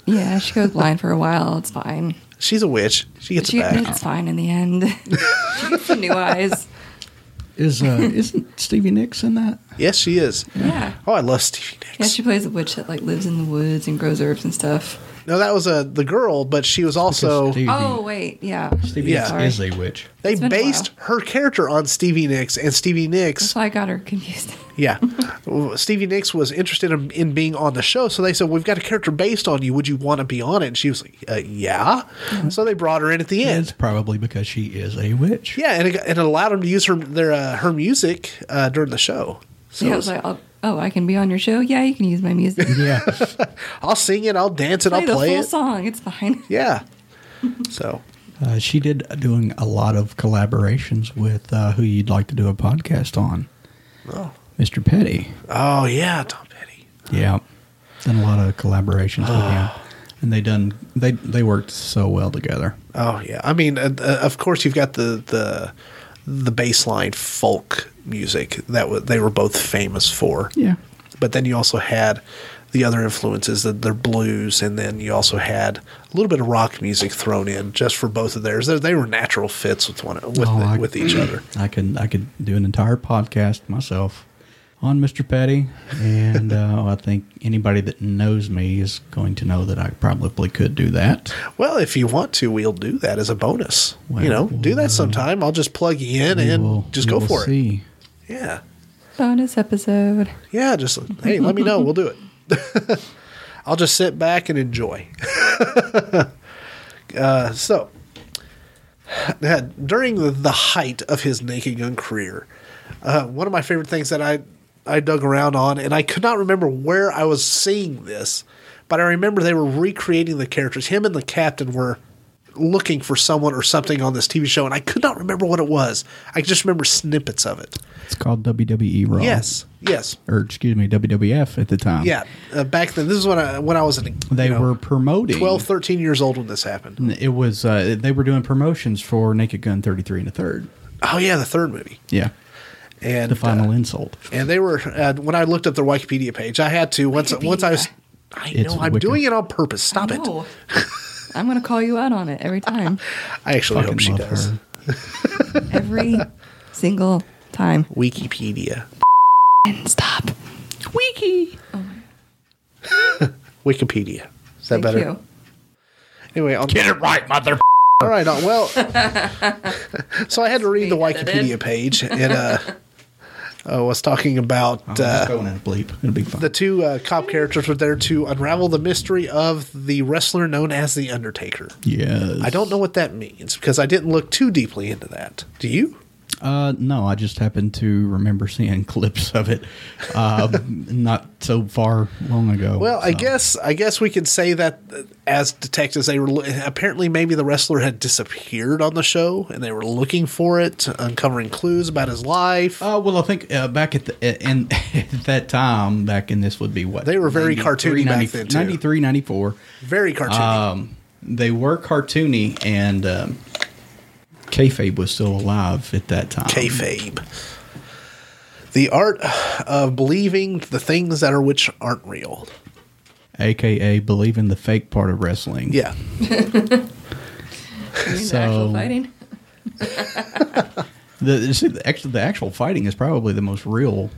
Speaker 4: Yeah, she goes blind for a while. It's fine.
Speaker 1: She's a witch. She gets
Speaker 4: She,
Speaker 1: it back.
Speaker 4: it's fine in the end. she gets some new eyes.
Speaker 2: Is uh, isn't Stevie Nicks in that?
Speaker 1: Yes, she is.
Speaker 4: Yeah.
Speaker 1: Oh, I love Stevie
Speaker 4: Yeah,
Speaker 1: Nicks.
Speaker 4: she plays a witch that like lives in the woods and grows herbs and stuff.
Speaker 1: no, that was uh, the girl, but she was also.
Speaker 2: Stevie,
Speaker 4: Oh wait, yeah.
Speaker 2: Stevie
Speaker 1: Yeah.
Speaker 2: Nicks is a witch.
Speaker 1: They
Speaker 4: It's been a
Speaker 1: based her character on Stevie Nicks, and Stevie Nicks,
Speaker 4: So I got her confused.
Speaker 1: yeah, Stevie Nicks was interested in, in being on the show. So they said, "We've got a character based on you. Would you want to be on it?" And she was like, uh, "Yeah."
Speaker 4: Mm-hmm.
Speaker 1: So they brought her in at the end.
Speaker 2: It's probably because she is a witch.
Speaker 1: Yeah, and it, got- and it allowed them to use her their uh, her music uh, during the show. So
Speaker 4: yeah, I
Speaker 1: it
Speaker 4: was
Speaker 1: was-
Speaker 4: like, oh, oh, I can be on your show. Yeah, you can use my music.
Speaker 2: Yeah.
Speaker 1: I'll sing it, I'll dance it,
Speaker 4: play
Speaker 1: I'll
Speaker 4: the
Speaker 1: play
Speaker 4: full
Speaker 1: it.
Speaker 4: song. It's fine.
Speaker 1: Yeah. So
Speaker 2: uh, she did doing a lot of collaborations with uh, who you'd like to do a podcast on.
Speaker 1: Oh.
Speaker 2: Mr. Petty.
Speaker 1: oh yeah, Tom Petty.
Speaker 2: Yeah. Done a lot of collaborations with
Speaker 1: Ah.
Speaker 2: him. And they done they they worked so well together.
Speaker 1: Oh yeah. I mean, uh, uh, of course you've got the the the baseline folk music that w- they were both famous for.
Speaker 2: Yeah.
Speaker 1: But then you also had the other influences, the, their blues, and then you also had a little bit of rock music thrown in just for both of theirs. They, they were natural fits with one with
Speaker 2: Oh,
Speaker 1: the-
Speaker 2: I-
Speaker 1: with each other.
Speaker 2: I could I could do an entire podcast myself on Mr. Petty, and uh, I think anybody that knows me is going to know that I probably could do that.
Speaker 1: Well, if you want to, we'll do that as a bonus.
Speaker 2: Well,
Speaker 1: you know, do
Speaker 2: well,
Speaker 1: that sometime. I'll just plug you in and just go for it.
Speaker 2: see.
Speaker 1: Yeah.
Speaker 4: Bonus episode.
Speaker 1: Yeah. Just, hey, let me know. We'll do it. I'll just sit back and enjoy. uh, so, uh, during the, the height of his Naked Gun career, uh, one of my favorite things that I, I dug around on, and I could not remember where I was seeing this, but I remember they were recreating the characters. Him and the captain were looking for someone or something on this TV show, and I could not remember what it was. I just remember snippets of it.
Speaker 2: It's called WWE Raw.
Speaker 1: Yes, yes.
Speaker 2: or excuse me, WWF at the time.
Speaker 1: Yeah, uh, back then, this is when I when I was in,
Speaker 2: they
Speaker 1: you know,
Speaker 2: were promoting
Speaker 1: 12, 13 years old when this happened.
Speaker 2: It was uh, they were doing promotions for Naked Gun thirty three and a third.
Speaker 1: Oh yeah, the third movie
Speaker 2: Yeah,
Speaker 1: and
Speaker 2: the final
Speaker 1: uh,
Speaker 2: insult.
Speaker 1: and they were uh, when I looked up their Wikipedia page, I had to once once I was. I
Speaker 2: It's
Speaker 1: know I'm
Speaker 2: wicked.
Speaker 1: doing it on purpose. Stop it!
Speaker 4: No. I'm gonna call you out on it every time.
Speaker 1: I actually
Speaker 2: Fucking
Speaker 1: hope she
Speaker 2: love
Speaker 1: does.
Speaker 2: her.
Speaker 4: Every single time.
Speaker 1: Wikipedia,
Speaker 4: And stop. Wiki. Oh my
Speaker 1: Wikipedia. Is that
Speaker 4: Thank
Speaker 1: better?
Speaker 4: you.
Speaker 1: Anyway, I'll get it right, mother. All right, uh, well, so I had to read the
Speaker 4: Being edited.
Speaker 1: Wikipedia page, and uh, uh, was talking about
Speaker 2: I'll
Speaker 1: uh,
Speaker 2: just go in and bleep. It'll be fine.
Speaker 1: the two uh, cop characters were there to unravel the mystery of the wrestler known as the Undertaker.
Speaker 2: yes.
Speaker 1: I don't know what that means because I didn't look too deeply into that. Do you?
Speaker 2: Uh, no, I just happened to remember seeing clips of it, uh, not so far long ago.
Speaker 1: Well, I
Speaker 2: so.
Speaker 1: guess I guess we could say that uh, as detectives, they were lo- apparently maybe the wrestler had disappeared on the show, and they were looking for it, uncovering clues about his life.
Speaker 2: Uh, well, I think uh, back at the and at that time, back in this would be what
Speaker 1: They were very
Speaker 2: 93,
Speaker 1: cartoony back then, too.
Speaker 2: 93, 94.
Speaker 1: Very cartoony.
Speaker 2: Um, they were cartoony, and um, kayfabe was still alive at that time.
Speaker 1: kayfabe. The art of believing the things that are which aren't real.
Speaker 2: aka believing the fake part of wrestling.
Speaker 1: Yeah,
Speaker 4: You mean
Speaker 2: So-
Speaker 4: the actual fighting?
Speaker 2: the, you see, the actual the actual fighting is probably the most real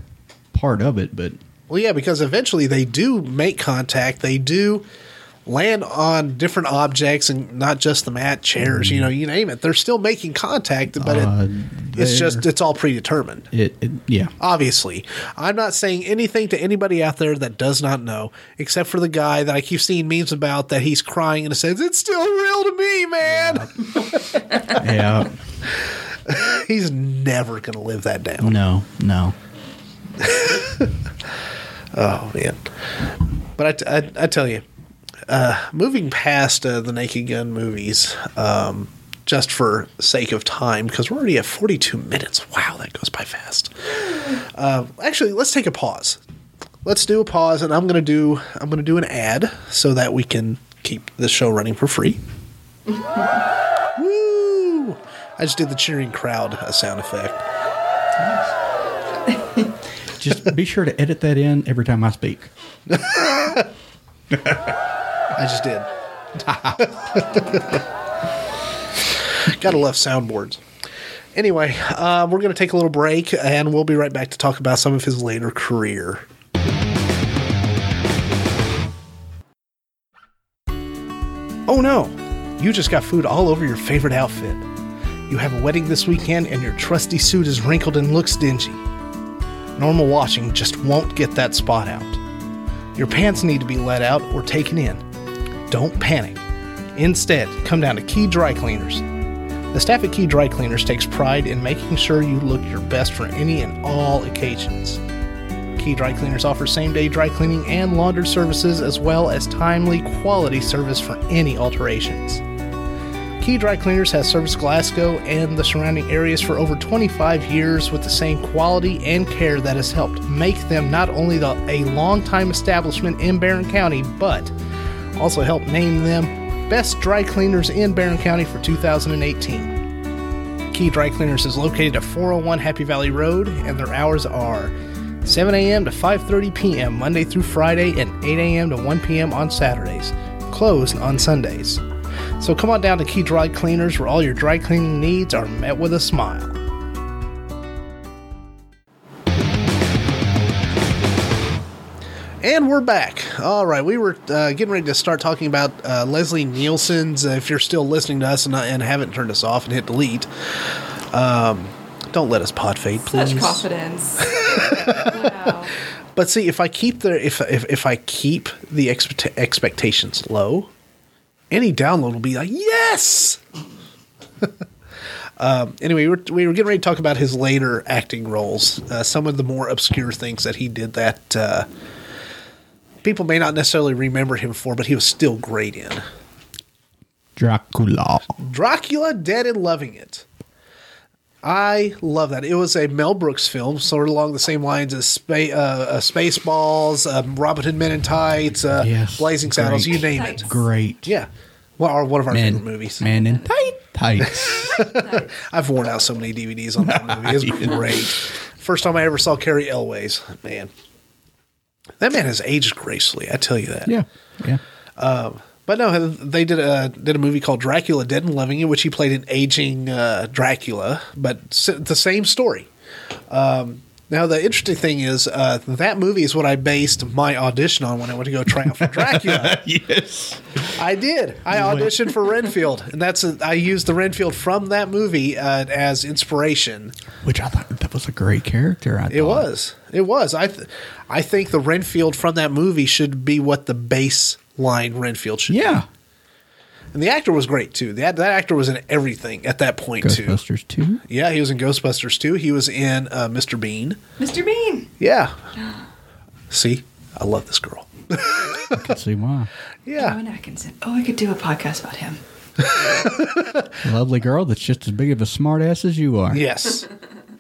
Speaker 2: part of it, but
Speaker 1: Well, yeah, because eventually they do make contact. They do land on different objects and not just the mat, chairs, you know, you name it. They're still making contact, but
Speaker 2: Mm. Uh,
Speaker 1: it, it's
Speaker 2: they're-
Speaker 1: just, it's all predetermined.
Speaker 2: it, it yeah.
Speaker 1: Obviously, I'm not saying anything to anybody out there that does not know, except for the guy that I keep seeing memes about that he's crying and says, It's still real to me, man.
Speaker 2: Yeah,
Speaker 1: He's never going to live that down.
Speaker 2: no, no.
Speaker 1: Oh man! But I, t- I, I tell you, uh, moving past uh, the Naked Gun movies, um, just for sake of time, because we're already at forty-two minutes. Wow, that goes by fast. Uh, actually, let's take a pause. Let's do a pause, and I'm gonna do I'm gonna do an ad so that we can keep the show running for free. Woo! I just did the cheering crowd uh, sound effect.
Speaker 2: Just be sure to edit that in every time I speak.
Speaker 1: I just did. Gotta love soundboards. Anyway, uh, we're gonna take a little break and we'll be right back to talk about some of his later career. Oh no! You just got food all over your favorite outfit. You have a wedding this weekend and your trusty suit is wrinkled and looks dingy. Normal washing just won't get that spot out. Your pants need to be let out or taken in. Don't panic. Instead, come down to Key Dry Cleaners. The staff at Key Dry Cleaners takes pride in making sure you look your best for any and all occasions. Key Dry Cleaners offers same day dry cleaning and laundry services as well as timely quality service for any alterations. Key Dry Cleaners has serviced Glasgow and the surrounding areas for over 25 years with the same quality and care that has helped make them not only the, a longtime establishment in Barron County, but also helped name them Best Dry Cleaners in Barron County for 2018. Key Dry Cleaners is located at 401 Happy Valley Road, and their hours are 7 a.m. to 5.30 p.m. Monday through Friday and 8 a.m. to 1 p.m. on Saturdays, closed on Sundays. So come on down to Key Dry Cleaners where all your dry cleaning needs are met with a smile. And we're back. All right, we were uh, getting ready to start talking about uh, Leslie Nielsen's. Uh, if you're still listening to us and, uh, and haven't turned us off and hit delete, um, don't let us pod fade, please.
Speaker 4: Such confidence. wow.
Speaker 1: But see, if I keep the if if, if I keep the expect, expectations low, any download will be like yes. um, anyway, we were, we were getting ready to talk about his later acting roles, uh, some of the more obscure things that he did that uh, people may not necessarily remember him for, but he was still great in.
Speaker 2: Dracula.
Speaker 1: Dracula Dead and Loving It. I love that. It was a Mel Brooks film, sort of along the same lines as Spa- uh, uh, Spaceballs, um, Robin Hood Men in Tights, uh,
Speaker 2: Yes,
Speaker 1: Blazing Saddles,
Speaker 2: great.
Speaker 1: you name
Speaker 4: Tights.
Speaker 1: it.
Speaker 2: Great.
Speaker 1: Yeah. Well, our, one of our
Speaker 2: Man,
Speaker 1: favorite movies.
Speaker 2: man in tight tights.
Speaker 1: I've worn out so many DVDs on that movie. It's great. First time I ever saw Carrie Elways. Man, that man has aged gracefully. I tell you that.
Speaker 2: yeah, yeah.
Speaker 1: But no, they did a did a movie called Dracula Dead and Loving It, which he played an aging uh, Dracula, but s- the same story. Um, Now, the interesting thing is uh, that movie is what I based my audition on when I went to go try out for Dracula.
Speaker 2: yes.
Speaker 1: I did. I auditioned for Renfield, and that's a, I used the Renfield from that movie uh, as inspiration.
Speaker 2: Which I thought that was a great character. I
Speaker 1: It
Speaker 2: thought.
Speaker 1: was. It was. I, th- I think the Renfield from that movie should be what the baseline Renfield should. be.
Speaker 2: Yeah.
Speaker 1: and the actor was great too. That that actor was in everything at that point too.
Speaker 2: Ghostbusters two.
Speaker 1: Yeah, he was in Ghostbusters too. He was in uh, Mr. Bean.
Speaker 3: Mr. Bean.
Speaker 1: Yeah. See, I love this girl.
Speaker 2: Could see why.
Speaker 1: Yeah.
Speaker 3: Rowan Atkinson. Oh, I could do a podcast about him.
Speaker 2: Lovely girl that's just as big of a smartass as you are.
Speaker 1: Yes.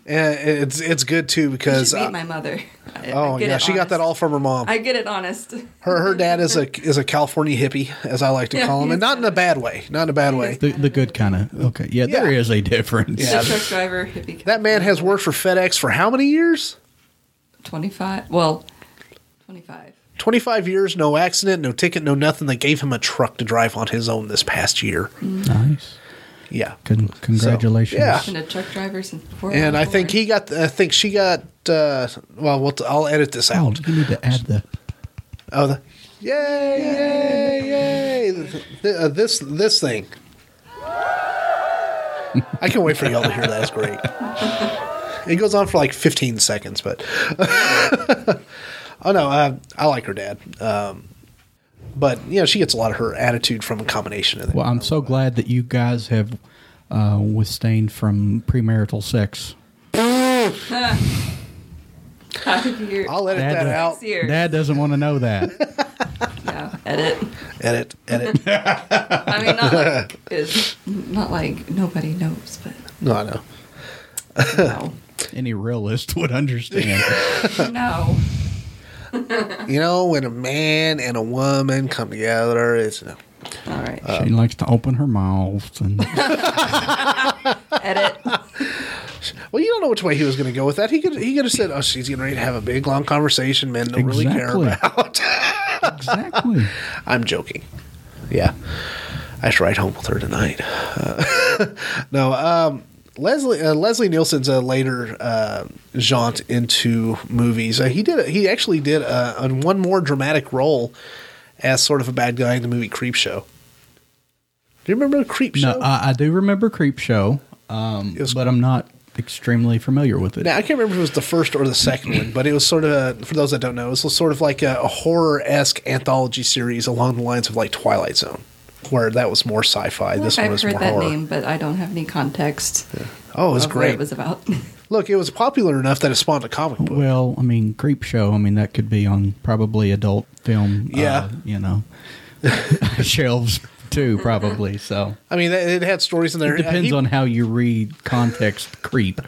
Speaker 1: And it's it's good too
Speaker 3: You
Speaker 1: because
Speaker 3: should
Speaker 1: uh,
Speaker 3: meet my mother. I- I
Speaker 1: oh
Speaker 3: get
Speaker 1: yeah,
Speaker 3: it
Speaker 1: she got that all
Speaker 3: honest.
Speaker 1: from her mom.
Speaker 3: I get it honest.
Speaker 1: her her dad is a is a California hippie, as I like to
Speaker 3: Yeah,
Speaker 1: call him,
Speaker 3: he
Speaker 1: and
Speaker 3: is.
Speaker 1: not in a bad way. Not in a bad way.
Speaker 2: The, the good kind of. Okay. Yeah, there
Speaker 1: Yeah.
Speaker 2: is a difference.
Speaker 1: Yeah.
Speaker 3: The truck driver, hippie.
Speaker 1: That man has worked for FedEx for how many years?
Speaker 3: 25. Well, 25.
Speaker 1: 25 years, no accident, no ticket, no nothing. They gave him a truck to drive on his own this past year.
Speaker 2: Nice.
Speaker 1: Yeah.
Speaker 2: Con- congratulations.
Speaker 1: yeah.
Speaker 3: And a truck driver since before. was
Speaker 1: And I
Speaker 3: born.
Speaker 1: think he got, I think she got, uh, well, we'll t- I'll edit this
Speaker 2: Oh,
Speaker 1: out.
Speaker 2: you need to add the.
Speaker 1: Oh, the, yay, yay, yay. Th- uh, this, this thing. I can't wait for y'all to hear that. It's great. It goes on for like 15 seconds, but. oh, no, uh, I like her dad. Um, but, you know, she gets a lot of her attitude from a combination of that.
Speaker 2: Well, I'm so glad that you guys have uh, withstained from premarital sex.
Speaker 3: Happy to hear-
Speaker 1: I'll edit
Speaker 2: Dad,
Speaker 1: that
Speaker 2: uh,
Speaker 1: out.
Speaker 3: Next year.
Speaker 2: Dad doesn't want to know that.
Speaker 3: Yeah, edit.
Speaker 1: Edit, edit.
Speaker 3: I mean, not like, it's not like nobody knows, but
Speaker 1: No, I know.
Speaker 3: no.
Speaker 2: Any realist would understand.
Speaker 3: no.
Speaker 1: You know, when a man and a woman come together, it's no.
Speaker 3: All right.
Speaker 1: Uh,
Speaker 2: she likes to open her mouth and
Speaker 3: edit.
Speaker 1: Well, you don't know which way he was going to go with that. He could he could have said, "Oh, she's getting ready to have a big long conversation, men don't really care
Speaker 2: Exactly.
Speaker 1: about."
Speaker 2: exactly.
Speaker 1: I'm joking. Yeah, I should ride home with her tonight. Uh, no, um, Leslie uh, Leslie Nielsen's a later uh, jaunt into movies. Uh, he did he actually did uh, on one more dramatic role as sort of a bad guy in the movie Creep Show. Do you remember Creep Show?
Speaker 2: No, I, I do remember Creep Show, um,
Speaker 1: was-
Speaker 2: but I'm not extremely familiar with it.
Speaker 1: Now I can't remember if it was the first or the second one, but it was sort of a, for those that don't know, it was sort of like a, a horror esque anthology series along the lines of like Twilight Zone, where that was more sci fi. This one
Speaker 3: I've
Speaker 1: was
Speaker 3: heard
Speaker 1: more
Speaker 3: that
Speaker 1: horror.
Speaker 3: name, but I don't have any context.
Speaker 1: Oh, it was
Speaker 3: of what
Speaker 1: great.
Speaker 3: it was about.
Speaker 1: Look, it was popular enough that it spawned a comic book.
Speaker 2: well, I mean, Creep Show. I mean, that could be on probably adult film. uh,
Speaker 1: Yeah.
Speaker 2: you know, shelves too, probably. So
Speaker 1: I mean, it it had stories in there. Uh,
Speaker 2: it depends
Speaker 1: he,
Speaker 2: on how you read context. Creep.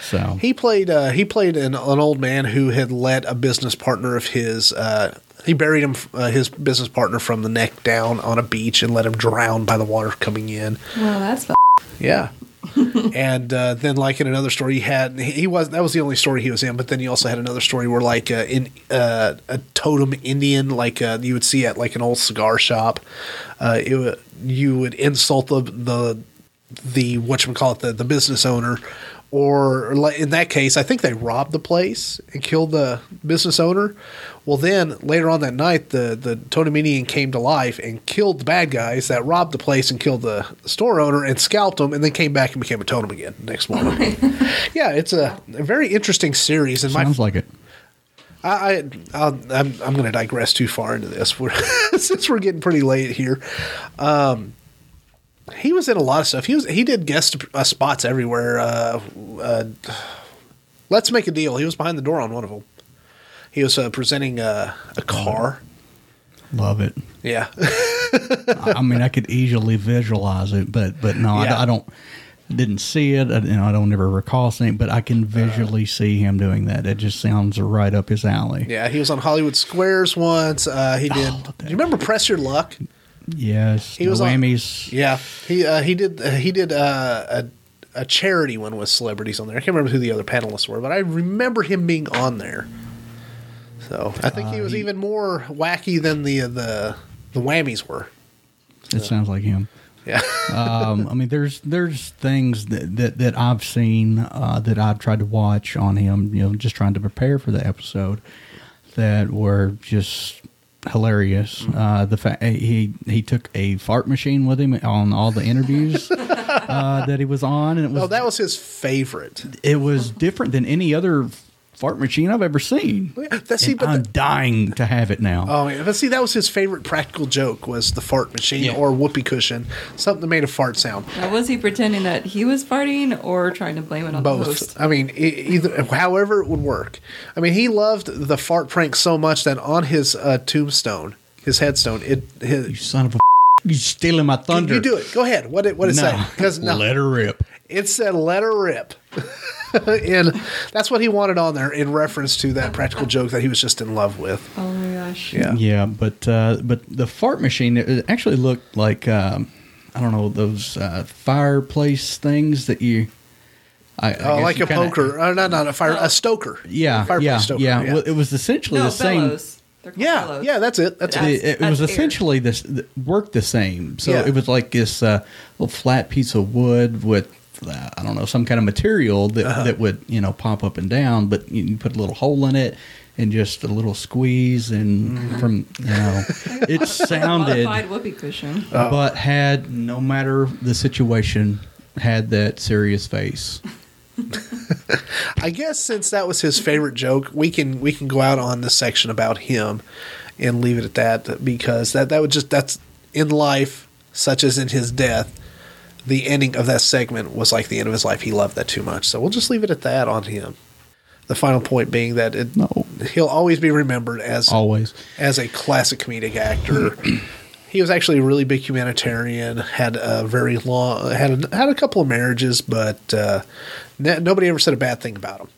Speaker 2: So
Speaker 1: He played uh, he played an, an old man who had let a business partner of his. Uh, he buried him uh, his business partner from the neck down on a beach and let him drown by the water coming in.
Speaker 3: well, that's f-
Speaker 1: Yeah. and uh, then, like in another story, he had he was that was the only story he was in. But then you also had another story where like uh, in uh, a totem Indian, like uh, you would see at like an old cigar shop, uh, it, wa- you would insult the the the what you call it the the business owner. Or like, in that case, I think they robbed the place and killed the business owner. Well, then later on that night, the the totem Indian came to life and killed the bad guys that robbed the place and killed the store owner and scalped them, and then came back and became a totem again the next morning. yeah, it's a, a very interesting series, and my
Speaker 2: sounds like it.
Speaker 1: I, I I'll, I'm I'm going to digress too far into this. We're, since we're getting pretty late here, um, he was in a lot of stuff. He was he did guest uh, spots everywhere. Uh, uh, let's make a deal. He was behind the door on one of them. He was uh, presenting a, a car.
Speaker 2: Love it.
Speaker 1: Yeah,
Speaker 2: I I mean, I could easily visualize it, but but no, I d-
Speaker 1: Yeah.
Speaker 2: I, don't. Didn't see it, and you know, I don't ever recall seeing. it, But I can visually see him doing that. It just sounds right up his alley.
Speaker 1: yeah. He was on Hollywood Squares once. Uh, he did. do you remember Press Your Luck?
Speaker 2: Yes,
Speaker 1: He
Speaker 2: the
Speaker 1: was on-
Speaker 2: whammies.
Speaker 1: Yeah, he uh, he did uh, he did uh, a a charity one with celebrities on there. I can't remember who the other panelists were, but I remember him being on there. So I think Uh, he was even more wacky than the the the uh, whammies were.
Speaker 2: It sounds like him.
Speaker 1: Yeah.
Speaker 2: um, I mean, there's there's things that that, that I've seen uh, that I've tried to watch on him, you know, just trying to prepare for the episode that were just hilarious.
Speaker 1: Mm-hmm.
Speaker 2: Uh, the fact he he took a fart machine with him on all the interviews uh, that he was on, and it was
Speaker 1: Oh, that was his favorite.
Speaker 2: it was different than any other fart machine I've ever seen.
Speaker 1: Oh, That's see,
Speaker 2: And
Speaker 1: but
Speaker 2: I'm
Speaker 1: the-
Speaker 2: dying to have it now.
Speaker 1: oh, yeah, but see, that was his favorite practical joke was the fart machine
Speaker 2: Yeah.
Speaker 1: or whoopee cushion, something that made a fart sound.
Speaker 4: Now, was he pretending that he was farting or trying to blame it on the host?
Speaker 1: Both. I mean, e- either however it would work. I mean, he loved the fart prank so much that on his uh, tombstone, his headstone, it.
Speaker 2: you
Speaker 1: His,
Speaker 2: son of a! You stealing my thunder?
Speaker 1: you do it. Go ahead. What it what it say? Because no,
Speaker 2: let her rip.
Speaker 1: it said let her rip. and that's what he wanted on there in reference to that practical joke that he was just in love with.
Speaker 4: Oh my gosh.
Speaker 1: Yeah.
Speaker 2: Yeah, but uh, but the fart machine it- it actually looked like um, I don't know those uh, fireplace things that you. I, I
Speaker 1: Oh,
Speaker 2: guess
Speaker 1: like
Speaker 2: you
Speaker 1: a
Speaker 2: kinda-
Speaker 1: poker. Uh, not, not a fire, a stoker.
Speaker 2: Yeah,
Speaker 1: Fireplace
Speaker 2: yeah,
Speaker 1: stoker,
Speaker 2: yeah.
Speaker 1: yeah.
Speaker 2: Well, it was essentially
Speaker 4: No,
Speaker 2: the same.
Speaker 4: bellows. They're called
Speaker 1: Yeah,
Speaker 4: bellows.
Speaker 1: yeah, that's it. That's it.
Speaker 4: That's-
Speaker 2: it, it was
Speaker 4: air.
Speaker 2: essentially this th- worked the same. So
Speaker 1: Yeah.
Speaker 2: it was like this uh, little flat piece of wood with uh, I don't know some kind of material that,
Speaker 1: Uh-huh.
Speaker 2: that would you know pop up and down, but you, you put a little hole in it and just a little squeeze and
Speaker 1: Mm-hmm.
Speaker 2: from you know it sounded
Speaker 4: Modified whoopee cushion.
Speaker 1: Oh.
Speaker 2: but had no matter the situation had that serious face.
Speaker 1: I guess since that was his favorite joke, we can we can go out on this section about him and leave it at that because that that would just that's in life such as in his death. The ending of that segment was like the end of his life. He loved that too much, so we'll just leave it at that on him. The final point being that it,
Speaker 2: No. Oh.
Speaker 1: he'll always be remembered as
Speaker 2: Always.
Speaker 1: as a classic comedic actor. he was actually a really big humanitarian. had a very long had a, had a couple of marriages, but uh, n- nobody ever said a bad thing about him.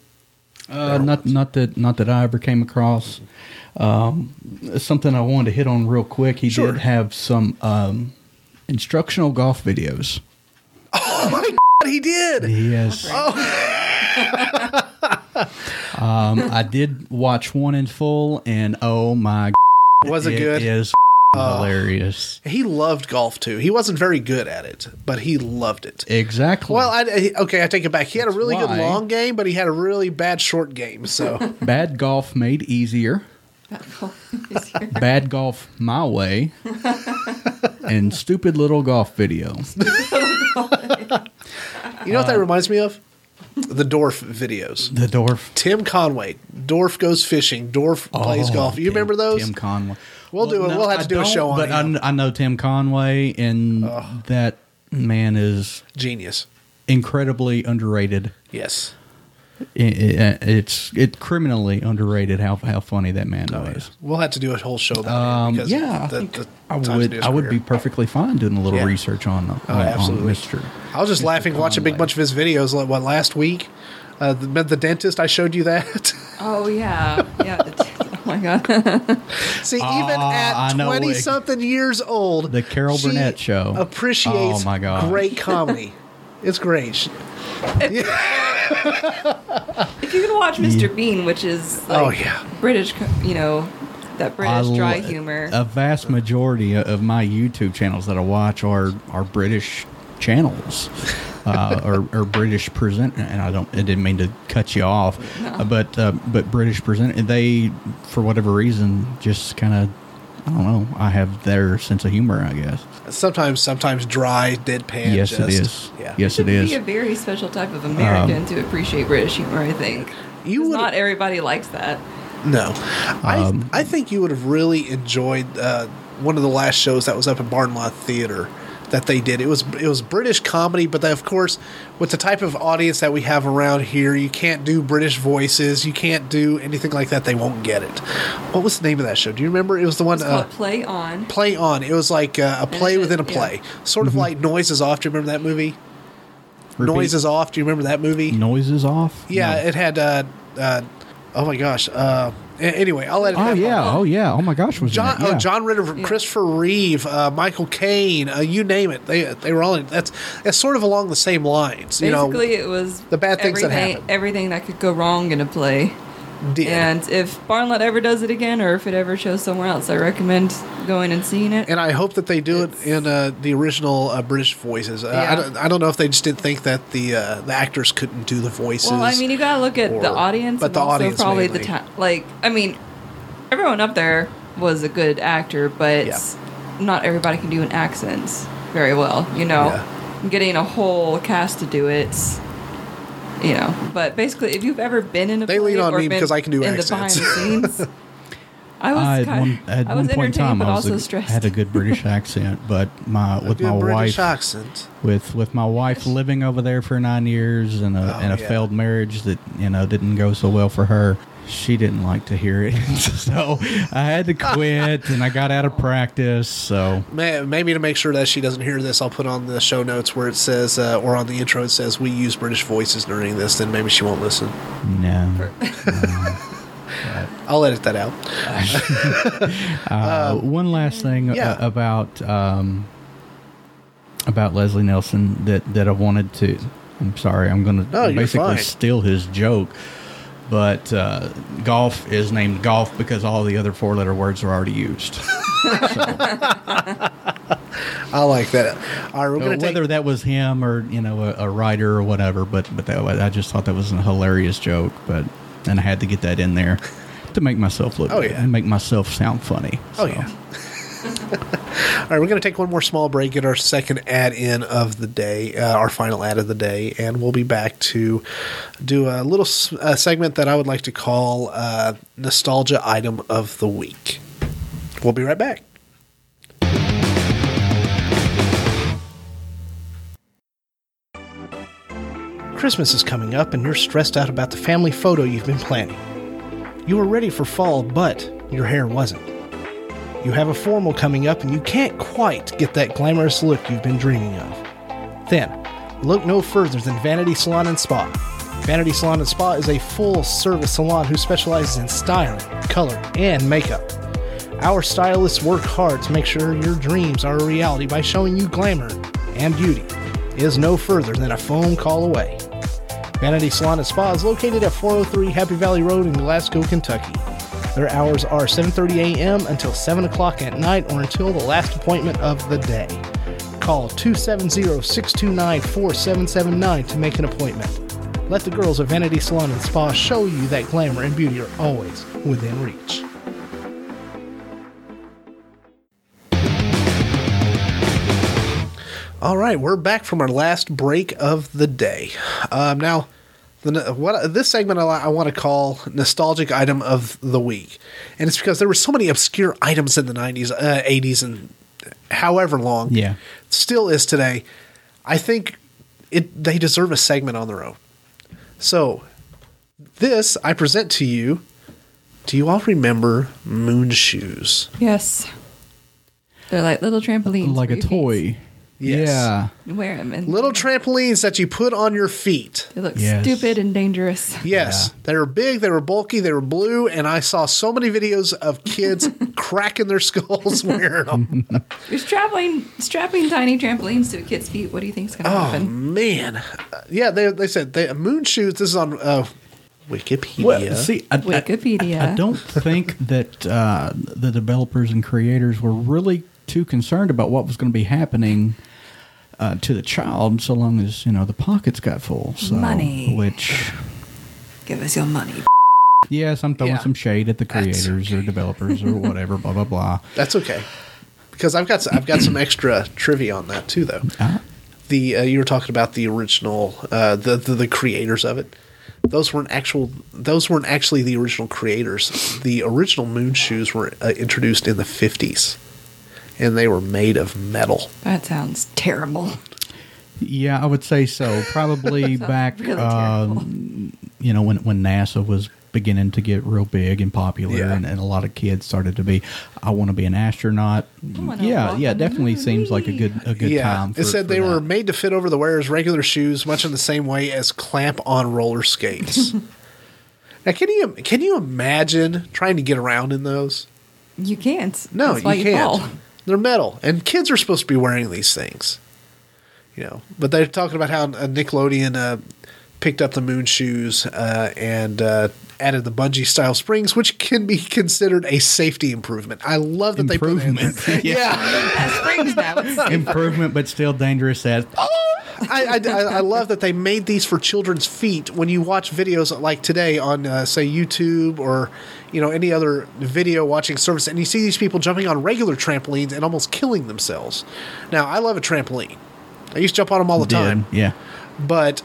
Speaker 2: Uh, not not that not that I ever came across. Um, something I wanted to hit on real quick. He
Speaker 1: Sure.
Speaker 2: did have some um, instructional golf videos.
Speaker 1: But he did.
Speaker 2: Yes.
Speaker 1: Oh.
Speaker 2: um, I did watch one in full, and oh my,
Speaker 1: Was it good? Oh.
Speaker 2: It is hilarious.
Speaker 1: He loved golf too. He wasn't very good at it, but he loved it.
Speaker 2: Exactly.
Speaker 1: Well, I, I- okay, I take it back. He had a really good
Speaker 2: why-
Speaker 1: long game, but he had a really bad short game. So
Speaker 2: bad golf made easier.
Speaker 4: Is here.
Speaker 2: Bad golf my way. and stupid little golf video.
Speaker 1: you know what that
Speaker 2: Uh,
Speaker 1: reminds me of? The Dorf videos.
Speaker 2: The Dorf.
Speaker 1: Tim Conway, Dorf goes fishing, Dorf plays
Speaker 2: Oh,
Speaker 1: golf. You
Speaker 2: Tim-
Speaker 1: remember those?
Speaker 2: Tim Conway.
Speaker 1: We'll do it. We'll have to
Speaker 2: I
Speaker 1: do a
Speaker 2: don't,
Speaker 1: show on
Speaker 2: But I,
Speaker 1: him.
Speaker 2: kn- I know Tim Conway, and that man is
Speaker 1: Genius.
Speaker 2: incredibly underrated.
Speaker 1: Yes.
Speaker 2: I- I- It's it criminally underrated how how funny that man was.
Speaker 1: We'll have to do a whole show about
Speaker 2: Um,
Speaker 1: it Oh, because
Speaker 2: yeah, I,
Speaker 1: the-
Speaker 2: think
Speaker 1: the
Speaker 2: I
Speaker 1: time to do
Speaker 2: would.
Speaker 1: his
Speaker 2: I would be
Speaker 1: career.
Speaker 2: perfectly fine doing a little
Speaker 1: Yeah. Oh,
Speaker 2: research on, Oh, on, on
Speaker 1: Uh, absolutely.
Speaker 2: Mr.
Speaker 1: I was just laughing watching a big
Speaker 2: Conway.
Speaker 1: bunch of his videos. Like what last week, uh, the, the dentist. I showed you that.
Speaker 4: Oh yeah, yeah. Oh my god.
Speaker 1: See, even
Speaker 2: Ah, I
Speaker 1: at
Speaker 2: know
Speaker 1: twenty
Speaker 2: it.
Speaker 1: something years old,
Speaker 2: The Carol
Speaker 1: she
Speaker 2: Burnett Show.
Speaker 1: appreciates
Speaker 2: Oh, my God.
Speaker 1: great comedy. it's great. She-
Speaker 4: If you can watch Mr. Bean, which is like
Speaker 1: Oh, yeah.
Speaker 4: British, co- you know, that
Speaker 2: I
Speaker 4: British dry
Speaker 2: lo-
Speaker 4: humor.
Speaker 1: uh,
Speaker 2: A vast majority of my YouTube channels that I watch are are British channels. uh, or, or British present, and I don't. I didn't mean to cut you off, uh, but uh, but British present. They, for whatever reason, just kind of, I don't know. I have their sense of humor, I guess.
Speaker 1: Sometimes, sometimes dry, deadpan.
Speaker 2: yes,
Speaker 1: just,
Speaker 2: it is.
Speaker 1: Yeah.
Speaker 2: Yes, it
Speaker 4: should
Speaker 2: is.
Speaker 4: be a very special type of American to appreciate British humor. I think
Speaker 1: Um, You
Speaker 4: 'Cause
Speaker 1: would-
Speaker 4: not everybody likes that.
Speaker 1: No,
Speaker 2: Um,
Speaker 1: I I think you would have really enjoyed uh, one of the last shows that was up at Barnlot Theater that they did. It was it was British comedy, but then, of course, with the type of audience that we have around here, you can't do British voices, you can't do anything like that. They won't get it. What was the name of that show? Do you remember? It was the one.
Speaker 4: It's
Speaker 1: uh,
Speaker 4: called Play On.
Speaker 1: Play on. It was like uh, a play
Speaker 4: it's-
Speaker 1: within a
Speaker 4: yeah.
Speaker 1: play, sort of like Noises Off. Do you remember that movie?
Speaker 2: Mm-hmm. Repeat.
Speaker 1: Noises Off. Do you remember that movie?
Speaker 2: noises off.
Speaker 1: Yeah,
Speaker 2: No.
Speaker 1: it had. Uh, uh, oh my gosh. Uh, a- anyway, I'll let it.
Speaker 2: Oh yeah. Oh yeah. Oh my gosh. Was in
Speaker 1: John,
Speaker 2: it, yeah.
Speaker 1: oh, John Ritter, Christopher Reeve, uh, Michael Caine, uh, you name it. They they were all in. That's that's sort of along the same lines. You know,
Speaker 4: Basically, it was
Speaker 1: the bad things that
Speaker 4: everything,
Speaker 1: happen.
Speaker 4: Everything that could go wrong in a play
Speaker 1: did.
Speaker 4: And if Barnlet ever does it again, or if it ever shows somewhere else, I recommend going and seeing it.
Speaker 1: and I hope that they do it in uh, the original uh, British voices. Uh, I,
Speaker 4: Yeah.
Speaker 1: don't, I don't know if they just didn't think that the uh, the actors couldn't do the voices.
Speaker 4: Well, I mean, you gotta look at the
Speaker 1: or-
Speaker 4: audience,
Speaker 1: but
Speaker 4: and
Speaker 1: the
Speaker 4: also
Speaker 1: audience
Speaker 4: probably
Speaker 1: mainly.
Speaker 4: the time. Like, I mean, everyone up there was a good actor, but
Speaker 1: Yeah.
Speaker 4: not everybody can do an accent very well. You know, getting a whole cast to do it. You know, but basically, if you've ever been in a
Speaker 1: They
Speaker 4: play
Speaker 1: lean on
Speaker 4: or
Speaker 1: me
Speaker 4: been
Speaker 1: because I can do
Speaker 4: in
Speaker 1: accents.
Speaker 4: the behind the scenes. I was
Speaker 2: I, at
Speaker 4: kind
Speaker 2: one,
Speaker 4: of,
Speaker 2: at
Speaker 4: I
Speaker 2: one
Speaker 4: was
Speaker 2: point in
Speaker 4: entertained,
Speaker 2: time,
Speaker 4: but
Speaker 2: I was
Speaker 4: also
Speaker 2: a,
Speaker 4: stressed.
Speaker 2: had a good British accent, but my with
Speaker 1: Do a
Speaker 2: my
Speaker 1: British
Speaker 2: wife
Speaker 1: accent.
Speaker 2: with with my wife living over there for nine years and a
Speaker 1: Oh,
Speaker 2: and a
Speaker 1: yeah.
Speaker 2: failed marriage that you know didn't go so well for her. She didn't like to hear it, so I had to quit, and I got out of practice. So
Speaker 1: May- Maybe to make sure that she doesn't hear this, I'll put on the show notes where it says, uh, or on the intro, it says, we use British voices during this, then maybe she won't listen.
Speaker 2: no.
Speaker 1: I'll edit that out.
Speaker 2: Uh, one last thing
Speaker 1: Um, yeah.
Speaker 2: a- about um, about Leslie Nelson that that I wanted to. I'm sorry, I'm going to
Speaker 1: No, you're
Speaker 2: basically
Speaker 1: fine.
Speaker 2: steal his joke. But uh, golf is named golf because all the other four letter words are already used.
Speaker 1: I like that. All right, we're
Speaker 2: So
Speaker 1: going to take
Speaker 2: Uh, whether that was him or you know a, a writer or whatever, but but that, I just thought that was a hilarious joke. But and I had to get that in there to make myself look.
Speaker 1: Oh,
Speaker 2: good
Speaker 1: yeah.
Speaker 2: and make myself sound funny.
Speaker 1: Oh,
Speaker 2: So,
Speaker 1: yeah. All right, we're going to take one more small break, get our second ad in of the day, uh, our final ad of the day, and we'll be back to do a little s- uh, segment that I would like to call uh, Nostalgia Item of the Week. We'll be right back. Christmas is coming up, and you're stressed out about the family photo you've been planning. You were ready for fall, but your hair wasn't. You have a formal coming up and you can't quite get that glamorous look you've been dreaming of. Then, look no further than Vanity Salon and Spa. Vanity Salon and Spa is a full service salon who specializes in styling, color, and makeup. Our stylists work hard to make sure your dreams are a reality by showing you glamour and beauty is no further than a phone call away. Vanity Salon and Spa is located at 403 Happy Valley Road in Glasgow, Kentucky. Their hours are 7:30 a.m. until 7 o'clock at night or until the last appointment of the day. Call 270-629-4779 to make an appointment. Let the girls at Vanity Salon and Spa show you that glamour and beauty are always within reach. All right, we're back from our last break of the day. Um, now, the, what this segment I, I want to call nostalgic item of the week, and it's because there were so many obscure items in the '90s, uh, '80s, and however long,
Speaker 2: Yeah.
Speaker 1: still is today. I think it they deserve a segment on their own. So, this I present to you. Do you all remember moon shoes?
Speaker 4: yes, they're like little trampolines,
Speaker 2: like
Speaker 4: for
Speaker 2: a
Speaker 4: your feet.
Speaker 2: toy.
Speaker 1: Yes.
Speaker 2: Yeah.
Speaker 4: You Wear them and
Speaker 1: Little trampolines that you put on your feet.
Speaker 4: They look
Speaker 2: Yes.
Speaker 4: stupid and dangerous.
Speaker 1: Yes, they were big, they were bulky, they were blue, and I saw so many videos of kids cracking their skulls wearing them.
Speaker 4: You're strapping, strapping tiny trampolines to a kid's feet. What do you think's going to
Speaker 1: Oh
Speaker 4: happen?
Speaker 1: man, Uh, yeah, they they said they, moon shoots. This is on uh, Wikipedia.
Speaker 2: Well, see, I, I-
Speaker 4: Wikipedia.
Speaker 2: I, don't think that uh, the developers and creators were really too concerned about what was going to be happening uh, to the child, so long as you know the pockets got full. So,
Speaker 4: Money.
Speaker 2: which
Speaker 4: Give us your money.
Speaker 2: yes, I'm throwing
Speaker 1: Yeah.
Speaker 2: some shade at the
Speaker 1: That's
Speaker 2: creators or developers or whatever. Blah blah blah.
Speaker 1: That's okay, because I've got s- I've got some extra trivia on that too, though.
Speaker 2: Uh,
Speaker 4: Uh-huh.
Speaker 1: The uh, you were talking about the original, uh, the, the the creators of it. Those weren't actual. Those weren't actually the original creators. The original moon shoes were uh, introduced in the fifties, and they were made of metal.
Speaker 4: That sounds terrible.
Speaker 2: yeah, I would say so. Probably back,
Speaker 4: Really
Speaker 1: um,
Speaker 2: uh,
Speaker 4: terrible.
Speaker 2: you know, when when NASA was beginning to get real big and popular,
Speaker 1: Yeah.
Speaker 2: and, and a lot of kids started to be, I want to be an astronaut.
Speaker 4: wanna
Speaker 2: Yeah,
Speaker 4: walk
Speaker 2: yeah,
Speaker 4: on the
Speaker 2: definitely
Speaker 4: moon.
Speaker 2: seems like a good a good
Speaker 1: yeah,
Speaker 2: time.
Speaker 1: it said they
Speaker 2: that.
Speaker 1: were made to fit over the wearer's regular shoes, much in the same way as clamp-on roller skates. now, can you can you imagine trying to get around in those?
Speaker 4: You can't.
Speaker 1: No,
Speaker 4: That's why
Speaker 1: you,
Speaker 4: you,
Speaker 1: can't.
Speaker 4: fall.
Speaker 1: They're metal, and kids are supposed to be wearing these things. You know, but they're talking about how uh, Nickelodeon uh, picked up the moon shoes uh, and uh, added the bungee style springs, which can be considered a safety improvement. I love that they put that in there.
Speaker 2: Improvement.
Speaker 1: Yeah,
Speaker 4: That springs now. It's-
Speaker 2: Improvement, but still dangerous as.
Speaker 1: I, I, I- I love that they made these for children's feet. When you watch videos like today on, uh, say, YouTube or you know any other video watching service, and you see these people jumping on regular trampolines and almost killing themselves. Now, I love a trampoline. I used to jump on them all the time.
Speaker 2: Yeah.
Speaker 1: but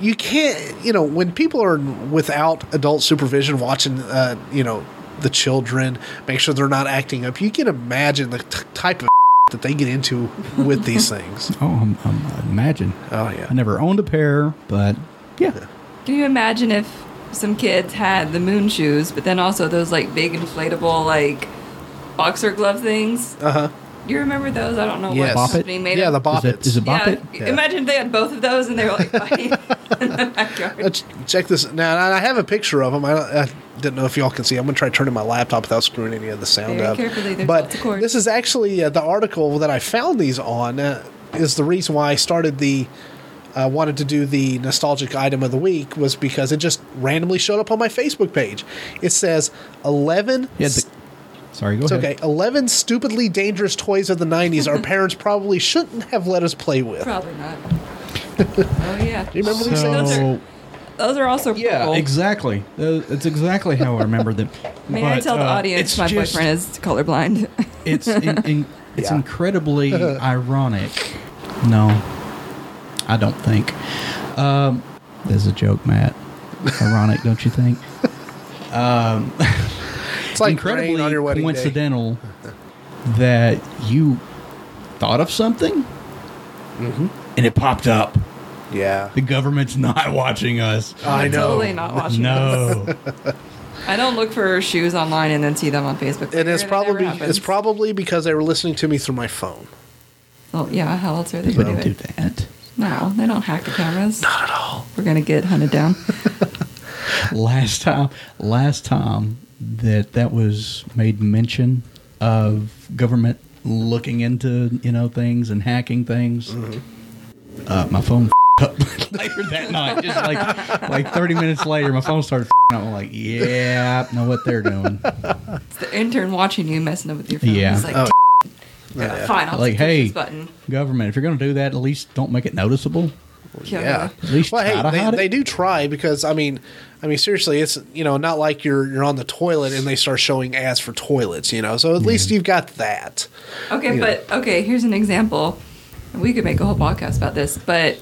Speaker 1: you can't you know when people are without adult supervision watching uh, you know the children make sure they're not acting up you can imagine the t- type of that they get into with these things
Speaker 2: Oh, I'm, I'm, I imagine.
Speaker 1: oh
Speaker 2: I
Speaker 1: yeah
Speaker 2: never owned a pair, but yeah.
Speaker 4: Can you imagine if some kids had the moon shoes, but then also those like big inflatable like boxer glove things? Uh huh. You remember those? I don't know
Speaker 1: Uh-huh. Yes.
Speaker 4: what
Speaker 2: Bop It?
Speaker 4: company made
Speaker 1: yeah the
Speaker 4: them.
Speaker 1: boppets
Speaker 2: Is it- is it bop
Speaker 4: yeah,
Speaker 2: it?
Speaker 1: Yeah.
Speaker 4: Imagine if they had both of those and they were like fighting in the backyard.
Speaker 1: Let's Uh, check this now and i have a picture of them i, don't, I didn't know if y'all can see i'm going to try turning my laptop without screwing any of the sound
Speaker 4: Very
Speaker 1: up
Speaker 4: carefully, there's
Speaker 1: but
Speaker 4: lots of cords.
Speaker 1: this is actually uh, the article that i found these on uh, is the reason why i started the uh, wanted to do the nostalgic item of the week was because it just randomly showed up on my facebook page it says 11
Speaker 2: Yeah. the- sorry, go
Speaker 1: it's
Speaker 2: ahead.
Speaker 1: okay 11 stupidly dangerous toys of the 90s our parents probably shouldn't have let us play with
Speaker 4: Probably not. oh yeah.
Speaker 1: do you remember these
Speaker 2: So-
Speaker 1: things
Speaker 4: Those are those are also
Speaker 2: Yeah,
Speaker 4: purple.
Speaker 2: exactly. Tho- That's exactly how I remember them.
Speaker 4: May I
Speaker 2: But,
Speaker 4: tell the
Speaker 2: uh,
Speaker 4: audience
Speaker 2: it's
Speaker 4: my
Speaker 2: just-
Speaker 4: boyfriend is colorblind?
Speaker 2: It's in, in, it's
Speaker 1: Yeah.
Speaker 2: incredibly ironic. No, I don't think. Um, there's a joke, Matt. Ironic, don't you think?
Speaker 1: it's like
Speaker 2: incredibly
Speaker 1: incredibly on your wedding day.
Speaker 2: coincidental that you thought of something
Speaker 1: Mm-hmm.
Speaker 2: and it popped up.
Speaker 1: yeah
Speaker 2: The government's not watching us.
Speaker 1: i know
Speaker 4: totally not watching.
Speaker 2: No.
Speaker 4: I don't look for shoes online and then see them on Facebook.
Speaker 1: And it's
Speaker 4: It never
Speaker 1: probably
Speaker 4: happens.
Speaker 1: it's probably because they were listening to me through my phone.
Speaker 4: Well, yeah, how else are they
Speaker 2: People
Speaker 4: going
Speaker 2: don't
Speaker 4: to do
Speaker 2: do
Speaker 4: it?
Speaker 2: that.
Speaker 4: No, they don't hack the cameras. Not at all. We're going to get hunted down.
Speaker 2: last time last time that that was made mention of government looking into you know things and hacking things
Speaker 1: Mm-hmm.
Speaker 2: uh, my phone up later that night just like like 30 minutes later my phone started up I'm like yeah I know what they're doing
Speaker 4: It's the intern watching you messing up with your phone.
Speaker 2: Yeah.
Speaker 4: He's like,
Speaker 1: Oh,
Speaker 4: "Yeah,
Speaker 1: yeah.
Speaker 4: fine, I'll
Speaker 2: Like,
Speaker 4: like, hey.
Speaker 2: hey.
Speaker 4: this button.
Speaker 2: government if you're gonna do that at least don't make it noticeable
Speaker 4: Yeah.
Speaker 2: at least
Speaker 1: Well,
Speaker 2: try to
Speaker 1: hey,
Speaker 2: hide
Speaker 1: they,
Speaker 2: it.
Speaker 1: they do try because I mean, I mean seriously, it's you know not like you're you're on the toilet and they start showing ads for toilets, you know. So at least you've got that.
Speaker 4: Okay,
Speaker 1: Yeah.
Speaker 4: but okay, here's an example. We could make a whole podcast about this, but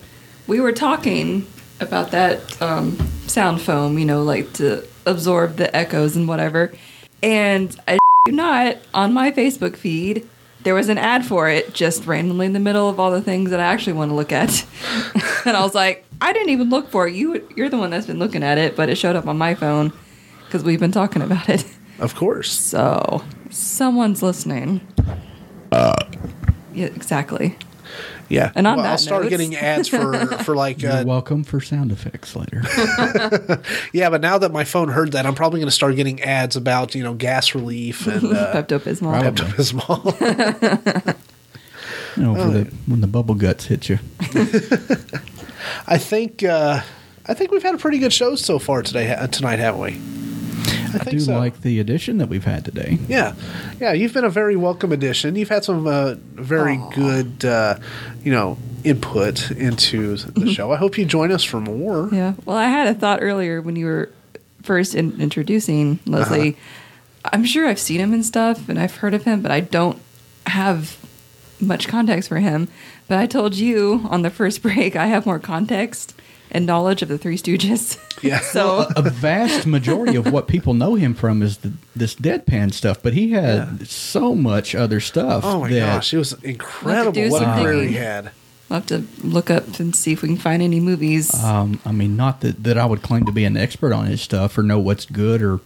Speaker 4: we were talking about that um, sound foam, you know, like to absorb the echoes and whatever. And I do not on my Facebook feed. There was an ad for it just randomly in the middle of all the things that I actually want to look at. and I was like, I didn't even look for it. You you're the one that's been looking at it, but it showed up on my phone cuz we've been talking about it.
Speaker 1: Of course.
Speaker 4: So, someone's listening.
Speaker 1: Uh.
Speaker 4: Yeah, exactly.
Speaker 1: Yeah.
Speaker 4: And on
Speaker 1: well, I'll
Speaker 4: that
Speaker 1: start
Speaker 4: note-
Speaker 1: getting ads for for like
Speaker 2: you're
Speaker 1: uh,
Speaker 2: welcome for sound effects later
Speaker 1: yeah, but now that my phone heard that, I'm probably going to start getting ads about, you know, gas relief and uh,
Speaker 4: Pepto Bismol.
Speaker 2: Probably.
Speaker 1: Pepto-Bismol.
Speaker 2: you know for the, when the bubble guts hit you
Speaker 1: I think uh, I think we've had a pretty good show so far today uh, tonight, haven't we?
Speaker 2: I,
Speaker 1: think
Speaker 2: do
Speaker 1: so.
Speaker 2: like the addition that we've had today
Speaker 1: Yeah, yeah. You've been a very welcome addition. You've had some uh, very good, uh, you know, input into the show. I hope you join us for more.
Speaker 4: Mm-hmm. Yeah. Well, I had a thought earlier when you were first in- introducing Leslie.
Speaker 1: Uh-huh.
Speaker 4: I'm sure I've seen him and stuff, and I've heard of him, but I don't have much context for him. But I told you on the first break, I have more context and knowledge of the Three Stooges.
Speaker 1: Yeah.
Speaker 4: so
Speaker 2: a vast majority of what people know him from is the, this deadpan stuff, but he had so much other stuff.
Speaker 1: Oh my
Speaker 2: that-
Speaker 1: gosh, it was incredible
Speaker 4: do
Speaker 1: what a
Speaker 4: some
Speaker 1: career he
Speaker 4: digging.
Speaker 1: had.
Speaker 4: I'll have to look up and see if we can find any movies.
Speaker 1: Uh-huh.
Speaker 2: Um, I mean, not that, that I would claim to be an expert on his stuff or know what's good or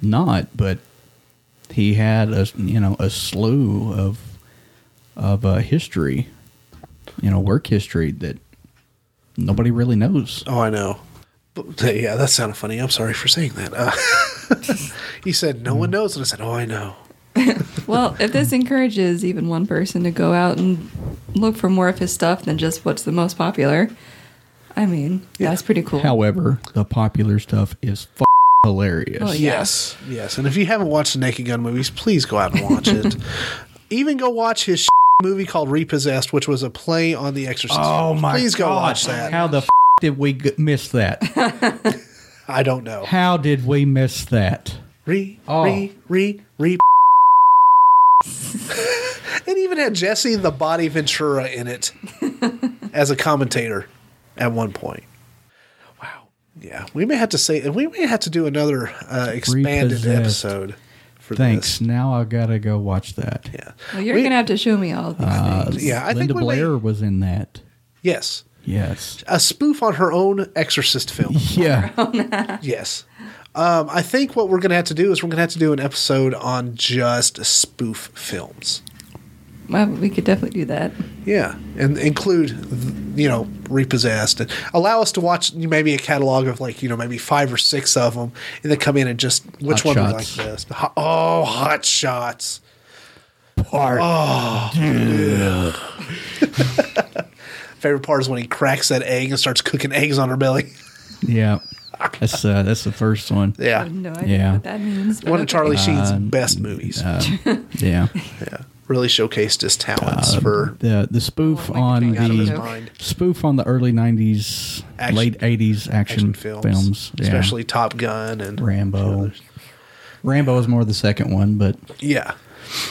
Speaker 2: not, but he had a you know a slew of of uh, history, you know, work history that nobody really knows.
Speaker 1: Oh, I know. But, yeah, that sounded funny. I'm sorry for saying that. Uh, he said no
Speaker 2: Mm.
Speaker 1: one knows, and I said, "Oh, I know."
Speaker 4: Well, if this encourages even one person to go out and look for more of his stuff than just what's the most popular, I mean, that's pretty
Speaker 1: Oh.
Speaker 4: cool.
Speaker 2: However, the popular stuff is f- hilarious.
Speaker 4: Oh, yeah.
Speaker 1: Yes, yes. And if you haven't watched the Naked Gun movies, please go out and watch it. Even go watch his movie called Repossessed, which was a play on The Exorcist. Please go watch that.
Speaker 2: Oh How the f- did we g- miss that?
Speaker 1: I don't know.
Speaker 2: How did we miss that?
Speaker 1: Re,
Speaker 2: Oh.
Speaker 1: re, re, re. it even had Jesse the Body Ventura in it as a commentator at one point. Wow. Yeah, we may have to say we may have to do another uh, expanded
Speaker 2: Repossessed.
Speaker 1: episode for
Speaker 2: Thanks.
Speaker 1: this.
Speaker 2: Now I gotta go watch that. Uh,
Speaker 1: Yeah.
Speaker 4: Well, you're
Speaker 1: We- Uh,
Speaker 4: gonna have to show me all these things.
Speaker 1: Yeah, I
Speaker 2: Linda
Speaker 1: think we may-
Speaker 2: Blair was in that.
Speaker 1: Yes.
Speaker 2: Yes.
Speaker 1: A spoof on her own Exorcist film.
Speaker 2: Yeah.
Speaker 1: yes. Um, I think what we're going to have to do is we're going to have to do an episode on just spoof films.
Speaker 4: Well, we could definitely do that.
Speaker 1: Yeah, and include, you know, repossessed, and allow us to watch maybe a catalog of like you know maybe five or six of them, and then come in and just which
Speaker 2: Hot
Speaker 1: one we like
Speaker 2: Shots.
Speaker 1: best. Ho- oh, hot shots! Oh,
Speaker 2: Part.
Speaker 1: Favorite part is when he cracks that egg and starts cooking eggs on her belly.
Speaker 2: Yeah. That's uh, that's the first one.
Speaker 1: yeah,
Speaker 4: I have no idea
Speaker 2: Yeah.
Speaker 4: what that means. but
Speaker 1: one of
Speaker 4: okay.
Speaker 2: Uh,
Speaker 1: Charlie Sheen's best movies.
Speaker 2: Yeah.
Speaker 1: yeah, really showcased his talents
Speaker 2: uh,
Speaker 1: for
Speaker 2: The the spoof
Speaker 4: Oh, I
Speaker 2: on
Speaker 4: think I
Speaker 1: out of his
Speaker 4: joke.
Speaker 2: the
Speaker 1: mind
Speaker 2: spoof on the early '90s,
Speaker 1: Action-
Speaker 2: late '80s action,
Speaker 1: action films,
Speaker 2: films, yeah.
Speaker 1: especially Top Gun and
Speaker 2: Rambo. Rambo is more the second one, but
Speaker 1: Yeah,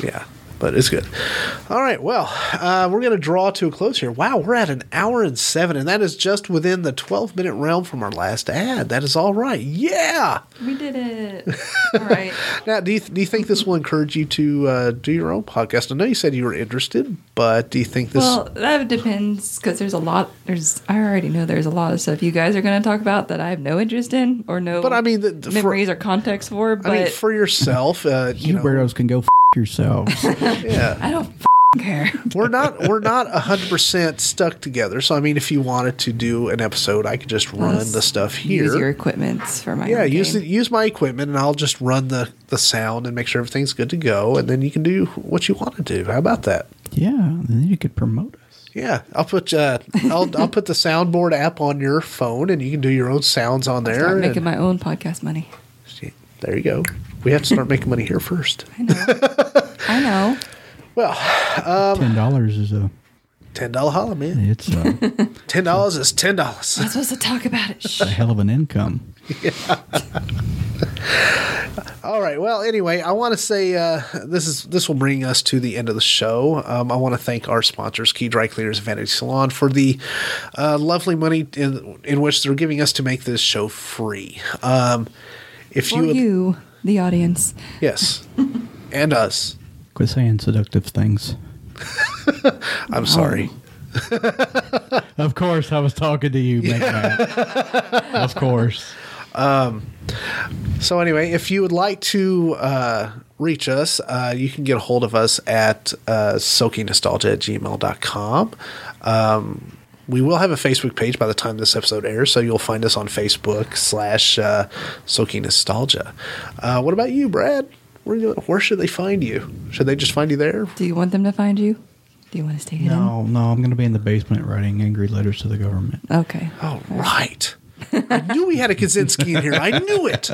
Speaker 1: yeah, but it's good. All right, well, uh, we're going to draw to a close here. Wow, we're at an hour and seven, and that is just within the twelve minute realm from our last ad. That is all right. Yeah.
Speaker 4: We did it. All right.
Speaker 1: Now, do you do you think this will encourage you to uh, do your own podcast? I know you said you were interested, but do you think this?
Speaker 4: Well, that depends because there's a lot. There's I already know there's a lot of stuff you guys are going to talk about that I have no interest in or no.
Speaker 1: But I mean, the- the- for-
Speaker 4: memories or context for. But
Speaker 1: I
Speaker 4: I,
Speaker 1: mean, for yourself, uh, you
Speaker 2: you
Speaker 1: know,
Speaker 2: weirdos can go f- yourselves.
Speaker 1: yeah,
Speaker 4: don't f***ing care.
Speaker 1: we're not we're not hundred percent stuck together. So, I mean, if you wanted to do an episode, I could just run
Speaker 4: Let's
Speaker 1: the stuff here.
Speaker 4: Use your equipments for my.
Speaker 1: Yeah,
Speaker 4: own
Speaker 1: use
Speaker 4: game.
Speaker 1: the, use my equipment, and I'll just run the the sound and make sure everything's good to go, and then you can do what you want to do. How about that?
Speaker 2: yeah, and then you could promote us.
Speaker 1: Yeah, I'll put uh, I'll I'll put the soundboard app on your phone, and you can do your own sounds on there.
Speaker 4: Start making
Speaker 1: and-
Speaker 4: my own podcast money.
Speaker 1: See, there you go. We have to start making money here first.
Speaker 4: I know. I know.
Speaker 1: Well,
Speaker 2: Ten dollars is a
Speaker 1: ten dollar holla, man.
Speaker 2: it's a,
Speaker 1: Ten dollars is ten dollars.
Speaker 4: Not supposed to talk about it. Shh.
Speaker 2: a hell of an income.
Speaker 1: All right. Well, anyway, I want to say uh, this is this will bring us to the end of the show. Um, I want to thank our sponsors, Key Dry Cleaners and Vanity Salon, for the uh, lovely money in, in which they're giving us to make this show free. Um, if
Speaker 4: For
Speaker 1: you, would,
Speaker 4: you, the audience.
Speaker 1: yes, and us.
Speaker 2: Quit saying seductive things.
Speaker 1: I'm sorry.
Speaker 2: Of course, I was talking to you, Big Mac. Of course.
Speaker 1: So anyway, if you would like to uh, reach us, uh, you can get a hold of us at uh, soakynostalgia at gmail.com. Um, we will have a Facebook page by the time this episode airs, so you'll find us on Facebook slash uh, Soaking Nostalgia. Uh, what about you, Brad? Where, do- where should they find you? Should they just find you there?
Speaker 4: Do you want them to find you? Do you want to stay hidden?
Speaker 2: No, no, I'm going to be in the basement writing angry letters to the government.
Speaker 4: Okay.
Speaker 1: Oh, right. I knew we had a Kaczynski in here. I knew it.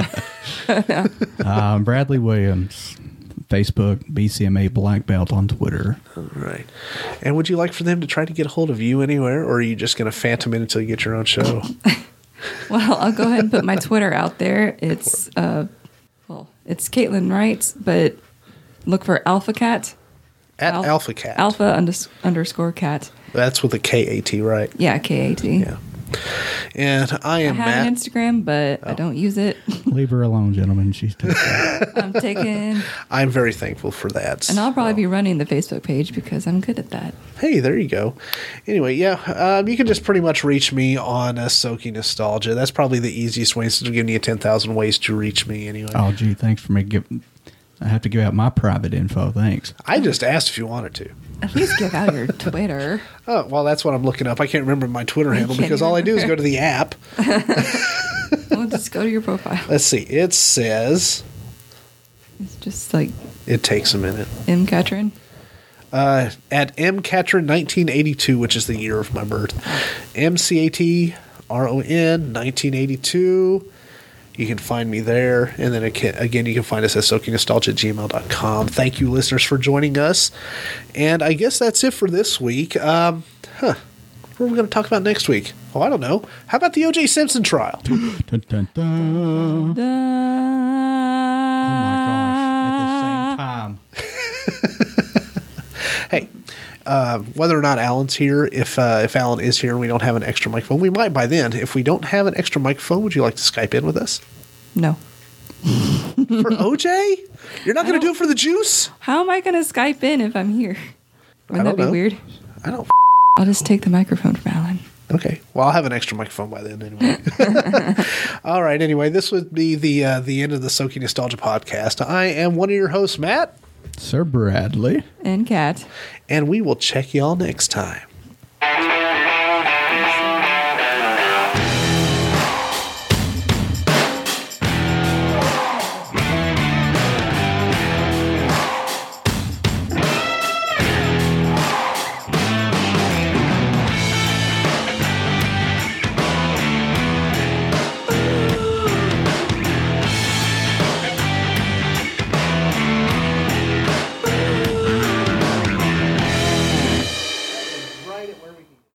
Speaker 2: Uh, Bradley Williams, Facebook, BCMA Black Belt on Twitter.
Speaker 1: All right. And would you like for them to try to get a hold of you anywhere, or are you just going to phantom it until you get your own show?
Speaker 4: Well, I'll go ahead and put my Twitter out there. It's uh, well, it's Caitlin writes, but look for Alpha Cat.
Speaker 1: At
Speaker 4: Al-
Speaker 1: Alpha Cat.
Speaker 4: Alpha unders- underscore Cat.
Speaker 1: That's with a K A T, right?
Speaker 4: Yeah, K A T.
Speaker 1: Yeah. And I
Speaker 4: I
Speaker 1: am
Speaker 4: have
Speaker 1: Matt. Oh.
Speaker 4: an Instagram, but I don't use it.
Speaker 2: Leave her alone, gentlemen. She's taking
Speaker 4: I'm taking,
Speaker 1: I'm very thankful for that.
Speaker 4: and I'll probably be running the Facebook page because I'm good at that.
Speaker 1: hey, there you go. Anyway, yeah, um, you can just pretty much reach me on uh, Soaky Nostalgia. That's probably the easiest way instead of giving you 10,000 ways to reach me anyway.
Speaker 2: Oh, gee, thanks for me. Give, I have to give out my private info. Thanks.
Speaker 1: I just asked if you wanted to.
Speaker 4: At least give out your Twitter.
Speaker 1: Oh, well, that's what I'm looking up. I can't remember my Twitter handle
Speaker 4: can't
Speaker 1: because all I do is go to the app.
Speaker 4: We'll just go to your profile.
Speaker 1: Let's see. It says,
Speaker 4: It's just like
Speaker 1: it takes a minute,
Speaker 4: M. Catron.
Speaker 1: uh, at mcatron1982, which is the year of my birth. M C A T R O N 1982. You can find me there. And then again, again, you can find us at soakingnostalgia at gmail.com. Thank you, listeners, for joining us. And I guess that's it for this week. Um, huh. What are we going to talk about next week? Oh, I don't know. How about the O.J. Simpson trial?
Speaker 2: Dun, dun, dun.
Speaker 4: Da-
Speaker 2: Oh my gosh. At the same time.
Speaker 1: hey, uh, whether or not Alan's here, if uh, if Alan is here and we don't have an extra microphone, we might by then. If we don't have an extra microphone, would you like to Skype in with us
Speaker 4: No.
Speaker 1: for OJ? You're not going to do it for the juice?
Speaker 4: How am I going to Skype in if I'm here? Wouldn't
Speaker 1: I don't
Speaker 4: that be
Speaker 1: know.
Speaker 4: weird?
Speaker 1: I don't.
Speaker 4: I'll just take the microphone from Alan.
Speaker 1: Okay. Well, I'll have an extra microphone by then anyway. All right. Anyway, this would be the uh, the end of the Soaking Nostalgia podcast. I am one of your hosts, Matt,
Speaker 2: Sir Bradley.
Speaker 4: And Cat.
Speaker 1: and we will check y'all next time.